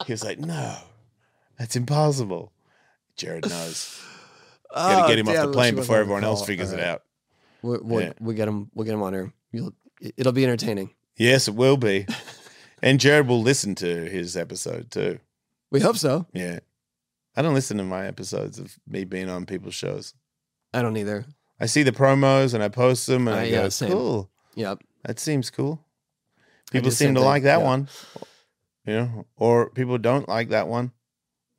Speaker 4: he was like, No, that's impossible. Jared knows. You gotta
Speaker 1: Oh,
Speaker 4: get him off
Speaker 1: damn,
Speaker 4: the
Speaker 1: I Oh,
Speaker 4: plane
Speaker 1: wish he wasn't
Speaker 4: before
Speaker 1: on
Speaker 4: everyone else
Speaker 1: call.
Speaker 4: figures
Speaker 1: All
Speaker 4: it
Speaker 1: right.
Speaker 4: out.
Speaker 1: We'll, we'll,
Speaker 4: Yeah.
Speaker 1: we'll get him. We'll get him on here. You'll, it'll be entertaining.
Speaker 4: Yes, it will be. and Jared will listen to his episode too.
Speaker 1: We hope so.
Speaker 4: Yeah. I don't listen to my episodes of me being on people's shows.
Speaker 1: I don't either.
Speaker 4: I see the promos and I post them and
Speaker 1: Uh,
Speaker 4: I
Speaker 1: yeah,
Speaker 4: go,
Speaker 1: same.
Speaker 4: cool.
Speaker 1: Yep.
Speaker 4: That seems cool.
Speaker 1: I do
Speaker 4: People
Speaker 1: the
Speaker 4: seem
Speaker 1: same
Speaker 4: to
Speaker 1: thing,
Speaker 4: like that
Speaker 1: yeah.
Speaker 4: one. You know, or people don't like that one.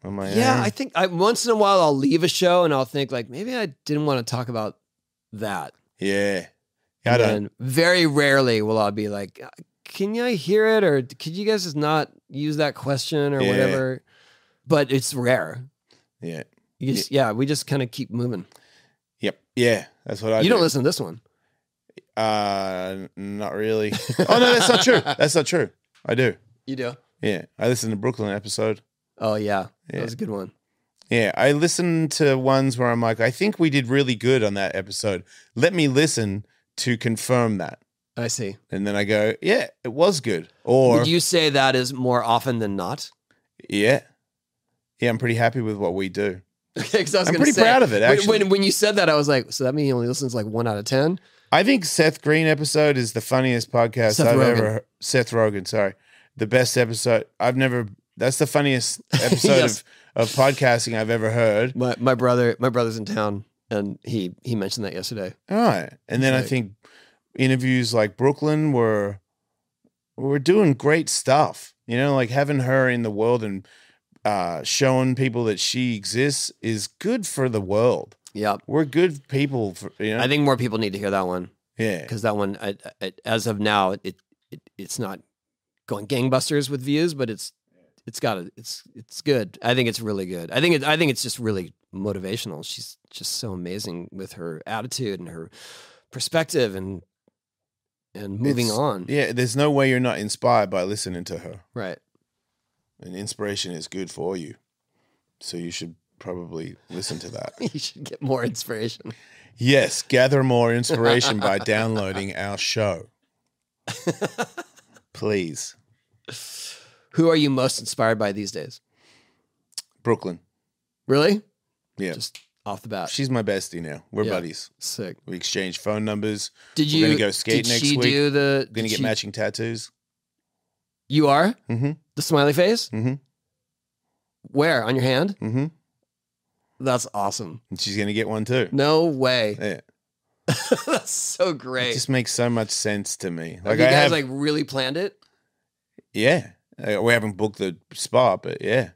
Speaker 4: I'm like,
Speaker 1: Yeah,
Speaker 4: "Eh."
Speaker 1: I think I, once in a while I'll leave a show and I'll think like maybe I didn't want to talk about that.
Speaker 4: yeah. Yeah, I
Speaker 1: And
Speaker 4: don't.
Speaker 1: then very rarely will I be like, "Uh, "Can I hear it?" or "Could you guys just not use that question?" or
Speaker 4: Yeah.
Speaker 1: whatever. But it's rare.
Speaker 4: Yeah.
Speaker 1: You just, yeah, we just kind of keep moving.
Speaker 4: Yep. Yeah. That's what I
Speaker 1: you
Speaker 4: do.
Speaker 1: don't listen to this one.
Speaker 4: Uh, n- not really. oh no, that's not true. That's not true. I do.
Speaker 1: You do.
Speaker 4: Yeah, I listened to Brooklyn episode.
Speaker 1: Oh yeah,
Speaker 4: Yeah.
Speaker 1: that was a good one.
Speaker 4: Yeah, I listened to ones where I'm like, I think we did really good on that episode. Let me listen to confirm that,
Speaker 1: I see.
Speaker 4: and then I go, yeah, it was good. Or
Speaker 1: Would you say that is more often than not?
Speaker 4: yeah, yeah, I'm pretty happy with what we do.
Speaker 1: Okay, 'cause I was
Speaker 4: I'm
Speaker 1: gonna
Speaker 4: pretty
Speaker 1: say,
Speaker 4: proud of it.
Speaker 1: when-
Speaker 4: Actually,
Speaker 1: When, when you said that, I was like, so that means he only listens like one out of ten.
Speaker 4: I think Seth Green episode is the funniest podcast
Speaker 1: Seth
Speaker 4: I've
Speaker 1: Rogen.
Speaker 4: ever. heard- Seth Rogen, sorry, the best episode I've never. That's the funniest episode
Speaker 1: Yes.
Speaker 4: of, of podcasting I've ever heard.
Speaker 1: My my brother, my brother's in town, and he he mentioned that yesterday.
Speaker 4: All right, and then I
Speaker 1: Right.
Speaker 4: think interviews like Brooklyn were were doing great stuff. You know, like having her in the world and uh, showing people that she exists is good for the world.
Speaker 1: Yep.
Speaker 4: We're good people. For, you know,
Speaker 1: I think more people need to hear that one
Speaker 4: yeah,
Speaker 1: because that one, I, I, as of now, it, it it's not going gangbusters with views, but it's it's got a, it's it's good. I think it's really good. I think it, I think it's just really motivational. She's just so amazing with her attitude and her perspective and and moving
Speaker 4: It's-
Speaker 1: on.
Speaker 4: yeah. There's no way you're not inspired by listening to her.
Speaker 1: Right.
Speaker 4: and inspiration is good for you. So you should probably listen to that.
Speaker 1: you should get more inspiration.
Speaker 4: yes, gather more inspiration by downloading our show. Please.
Speaker 1: Who are you most inspired by these days?
Speaker 4: Brooklyn.
Speaker 1: Really?
Speaker 4: Yeah.
Speaker 1: Just off the bat.
Speaker 4: She's my bestie now. We're
Speaker 1: Uh, Yeah.
Speaker 4: buddies.
Speaker 1: Sick.
Speaker 4: We exchange phone numbers.
Speaker 1: Did
Speaker 4: We're
Speaker 1: you
Speaker 4: gonna go skate
Speaker 1: did
Speaker 4: next
Speaker 1: she
Speaker 4: week.
Speaker 1: do the
Speaker 4: We're gonna
Speaker 1: did
Speaker 4: get
Speaker 1: she-
Speaker 4: matching tattoos.
Speaker 1: You are?
Speaker 4: Mm-hmm.
Speaker 1: The smiley face?
Speaker 4: Mm-hmm.
Speaker 1: Where? On your hand?
Speaker 4: Mm-hmm.
Speaker 1: That's awesome.
Speaker 4: And she's gonna get one too.
Speaker 1: No way.
Speaker 4: Yeah.
Speaker 1: That's so
Speaker 4: It
Speaker 1: great.
Speaker 4: just makes so much sense to me.
Speaker 1: Have
Speaker 4: Like
Speaker 1: you
Speaker 4: I
Speaker 1: guys
Speaker 4: have,
Speaker 1: like really planned it?
Speaker 4: yeah. Uh, We haven't booked the spa, but yeah,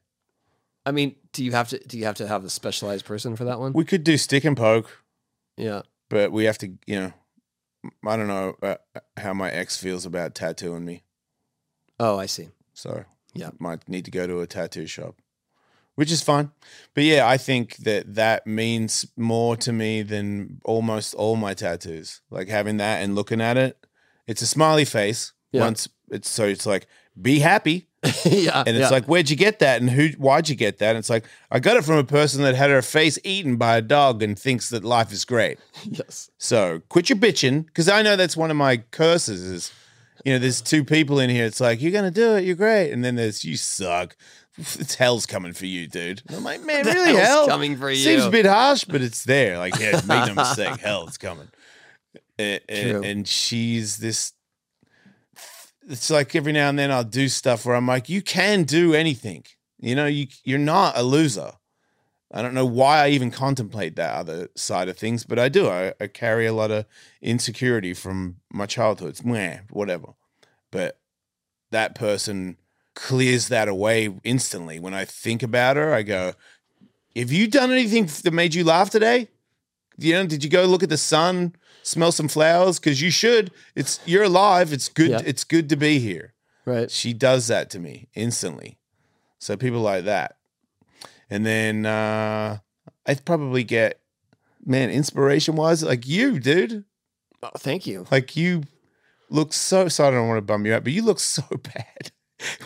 Speaker 1: I mean, do you have to do you have to have a specialized person for that one?
Speaker 4: we could do stick and poke.
Speaker 1: yeah.
Speaker 4: but we have to, you know, I don't know uh, how my ex feels about tattooing me.
Speaker 1: Oh, I see.
Speaker 4: So,
Speaker 1: Yeah.
Speaker 4: might need to go to a tattoo shop, which is fine. But yeah, I think that that means more to me than almost all my tattoos. Like having that and looking at it, it's a smiley face.
Speaker 1: Yeah.
Speaker 4: Once it's so it's like be happy,
Speaker 1: yeah.
Speaker 4: and it's
Speaker 1: Uh, yeah.
Speaker 4: like where'd you get that, and who, why'd you get that? And it's like I got it from a person that had her face eaten by a dog and thinks that life is great.
Speaker 1: yes.
Speaker 4: So quit your bitching, because I know that's one of my curses. Is you know, there's two people in here. It's like you're gonna do it, you're great, and then there's you suck. It's hell's coming for you, dude. And I'm like, man,
Speaker 1: The
Speaker 4: really
Speaker 1: hell's
Speaker 4: hell
Speaker 1: coming for you.
Speaker 4: Seems a bit harsh, but it's there. Like, yeah, make no mistake, hell, it's coming. A- a-
Speaker 1: True.
Speaker 4: And, she's this. It's like every now and then I'll do stuff where I'm like, you can do anything. You know, you you're not a loser. I don't know why I even contemplate that other side of things, but I do. I, I carry a lot of insecurity from my childhood. It's meh, whatever. But that person clears that away instantly. When I think about her, I go, have you done anything f- that made you laugh today? You know, did you go look at the sun, smell some flowers? Because you should. It's you're alive. It's good.
Speaker 1: Yeah.
Speaker 4: It's good to be here.
Speaker 1: Right.
Speaker 4: She does that to me instantly. So people like that, and then uh, I'd probably get man inspiration wise like you, dude.
Speaker 1: Oh, thank you.
Speaker 4: Like you look so. So I don't want to bum you out, but you look so bad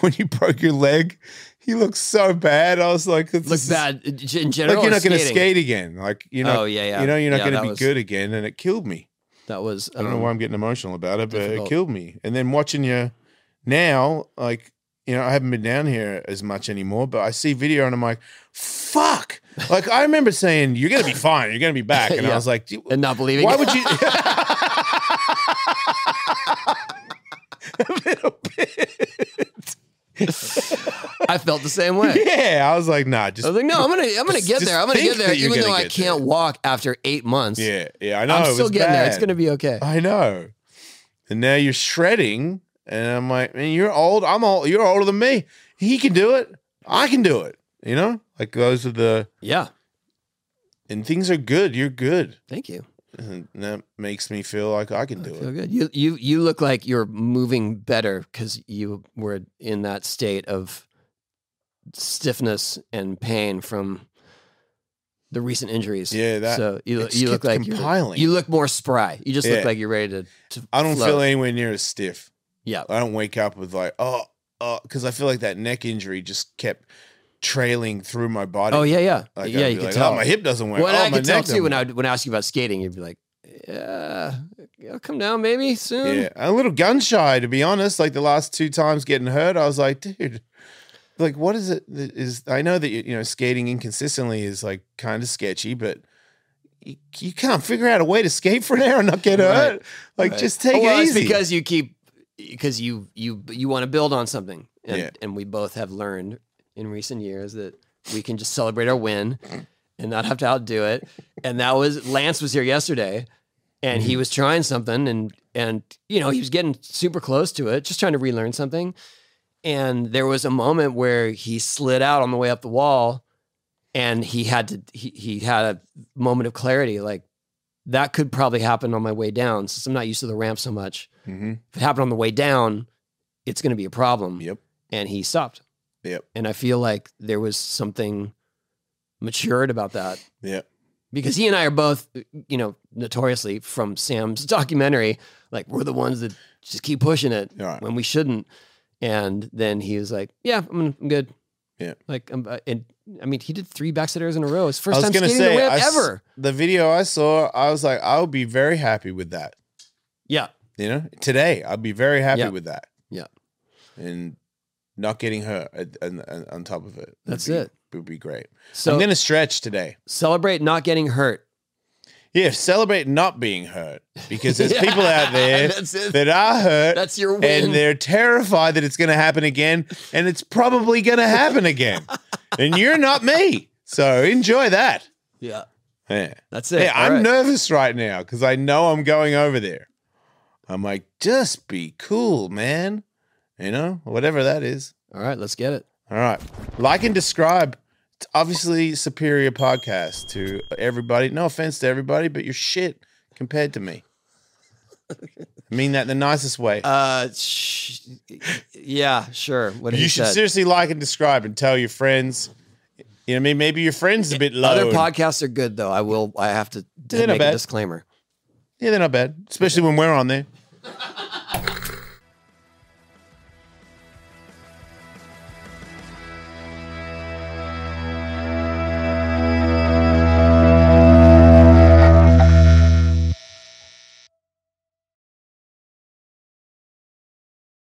Speaker 4: when you broke your leg. You look so bad. I was like, this
Speaker 1: Look
Speaker 4: is-
Speaker 1: bad in general.
Speaker 4: like you're
Speaker 1: or
Speaker 4: not going to
Speaker 1: skating?
Speaker 4: skate again. Like you know,
Speaker 1: oh yeah, yeah.
Speaker 4: you know, you're not
Speaker 1: Yeah,
Speaker 4: going to
Speaker 1: that
Speaker 4: be
Speaker 1: was-
Speaker 4: good again, and it killed me.
Speaker 1: That was
Speaker 4: I don't know
Speaker 1: um,
Speaker 4: why I'm getting emotional about it, but
Speaker 1: difficult.
Speaker 4: it killed me. And then watching you now, like you know, I haven't been down here as much anymore, but I see video and I'm like, fuck. Like I remember saying, you're gonna be fine, you're gonna be back, and
Speaker 1: Yeah.
Speaker 4: I was like, "Do-
Speaker 1: and not believing.
Speaker 4: why
Speaker 1: it.
Speaker 4: would you? a little bit.
Speaker 1: I felt the same way.
Speaker 4: Yeah, I was like, nah,
Speaker 1: I
Speaker 4: just
Speaker 1: was like, no, I'm gonna, I'm gonna
Speaker 4: Just-
Speaker 1: get there.
Speaker 4: just
Speaker 1: I'm gonna
Speaker 4: think
Speaker 1: get there,
Speaker 4: that you're
Speaker 1: even
Speaker 4: gonna
Speaker 1: though I
Speaker 4: get
Speaker 1: can't walk after eight months.
Speaker 4: yeah, yeah. I know.
Speaker 1: I'm
Speaker 4: it
Speaker 1: still
Speaker 4: was
Speaker 1: getting there. It's
Speaker 4: bad.
Speaker 1: gonna be okay.
Speaker 4: I know. And now you're shredding, and I'm like, man, you're old. I'm old. You're older than me. He can do it. I can do it. You know, like those are the
Speaker 1: yeah,
Speaker 4: and things are good. You're good,
Speaker 1: thank you.
Speaker 4: and that makes me feel like I can
Speaker 1: I
Speaker 4: do
Speaker 1: feel
Speaker 4: it.
Speaker 1: good. You, you, you look like you're moving better because you were in that state of stiffness and pain from the recent injuries.
Speaker 4: Yeah, that.
Speaker 1: so you,
Speaker 4: it
Speaker 1: look-
Speaker 4: just
Speaker 1: you look
Speaker 4: kept
Speaker 1: like you're,
Speaker 4: compiling.
Speaker 1: you look more spry. You just
Speaker 4: Yeah.
Speaker 1: look like you're ready to. to
Speaker 4: I don't
Speaker 1: float.
Speaker 4: feel anywhere near as stiff.
Speaker 1: Yeah.
Speaker 4: I don't wake up with like, oh, oh, because I feel like that neck injury just kept trailing through my body.
Speaker 1: Oh yeah, yeah,
Speaker 4: Like,
Speaker 1: yeah.
Speaker 4: I'd
Speaker 1: You
Speaker 4: be
Speaker 1: can
Speaker 4: like,
Speaker 1: tell.
Speaker 4: Oh, my hip doesn't work.
Speaker 1: Well,
Speaker 4: oh,
Speaker 1: I
Speaker 4: my
Speaker 1: could tell
Speaker 4: neck
Speaker 1: too
Speaker 4: doesn't
Speaker 1: when I
Speaker 4: work."
Speaker 1: would- when I ask you about skating, you'd be like, "Yeah, I'll come down maybe soon."
Speaker 4: Yeah, I'm a little gun shy to be honest. Like the last two times getting hurt, I was like, dude, like what is it? That is I know that you know skating inconsistently is like kind of sketchy, but you, you can't figure out a way to skate for an hour and not get
Speaker 1: Right,
Speaker 4: hurt. Like
Speaker 1: Right.
Speaker 4: just take
Speaker 1: Oh, well,
Speaker 4: it
Speaker 1: it's
Speaker 4: easy.
Speaker 1: because you keep because you you you want to build on something, and,
Speaker 4: Yeah.
Speaker 1: and we both have learned in recent years that we can just celebrate our win and not have to outdo it. And that was Lance was here yesterday, and he was trying something, and and you know he was getting super close to it, just trying to relearn something. And there was a moment where he slid out on the way up the wall, and he had to he, he had a moment of clarity, like that could probably happen on my way down since I'm not used to the ramp so much.
Speaker 4: Mhm.
Speaker 1: If it happened on the way down, it's going to be a problem.
Speaker 4: Yep.
Speaker 1: And he stopped.
Speaker 4: Yep.
Speaker 1: And I feel like there was something matured about that
Speaker 4: Yeah.
Speaker 1: because he and I are both, you know, notoriously from Sam's documentary, like we're the ones that just keep pushing it
Speaker 4: All right.
Speaker 1: when we shouldn't. And then he was like, "Yeah, I'm, I'm good."
Speaker 4: Yeah.
Speaker 1: Like, I'm, uh, and I mean, he did three backsetters in a row. His first
Speaker 4: I was
Speaker 1: time
Speaker 4: gonna
Speaker 1: skating
Speaker 4: say
Speaker 1: the ramp
Speaker 4: I s-
Speaker 1: ever.
Speaker 4: the video I saw, I was like, I'll be very happy with that.
Speaker 1: Yeah.
Speaker 4: You know, today I'd be very happy
Speaker 1: Yeah.
Speaker 4: with that.
Speaker 1: Yeah.
Speaker 4: and not getting hurt at- and, and on top of it. would
Speaker 1: That's
Speaker 4: be-
Speaker 1: it.
Speaker 4: Would be great.
Speaker 1: So
Speaker 4: Mm-hmm. I'm gonna stretch today.
Speaker 1: celebrate not getting hurt.
Speaker 4: Yeah, celebrate not being hurt because there's people out there
Speaker 1: That's it.
Speaker 4: that are hurt
Speaker 1: That's your
Speaker 4: and
Speaker 1: win.
Speaker 4: they're terrified that it's gonna happen again, and it's probably gonna happen again. and you're not me, so enjoy that.
Speaker 1: yeah,
Speaker 4: Yeah.
Speaker 1: that's it.
Speaker 4: Yeah,
Speaker 1: All
Speaker 4: I'm
Speaker 1: right.
Speaker 4: nervous right now because I know I'm going over there. I'm like, just be cool, man. You know, whatever that is.
Speaker 1: All right, let's get it.
Speaker 4: All right. Like and describe. It's obviously superior podcast to everybody. No offense to everybody, but you're shit compared to me. I mean that in the nicest way.
Speaker 1: Uh, sh- yeah, sure. What he
Speaker 4: you should
Speaker 1: said.
Speaker 4: seriously like and describe and tell your friends. You know what I mean? Maybe your friends a bit low.
Speaker 1: Other
Speaker 4: and-
Speaker 1: podcasts are good though. I will. I have to, to
Speaker 4: They're not
Speaker 1: make a
Speaker 4: bad.
Speaker 1: disclaimer.
Speaker 4: yeah, they're not bad. Especially when we're on there.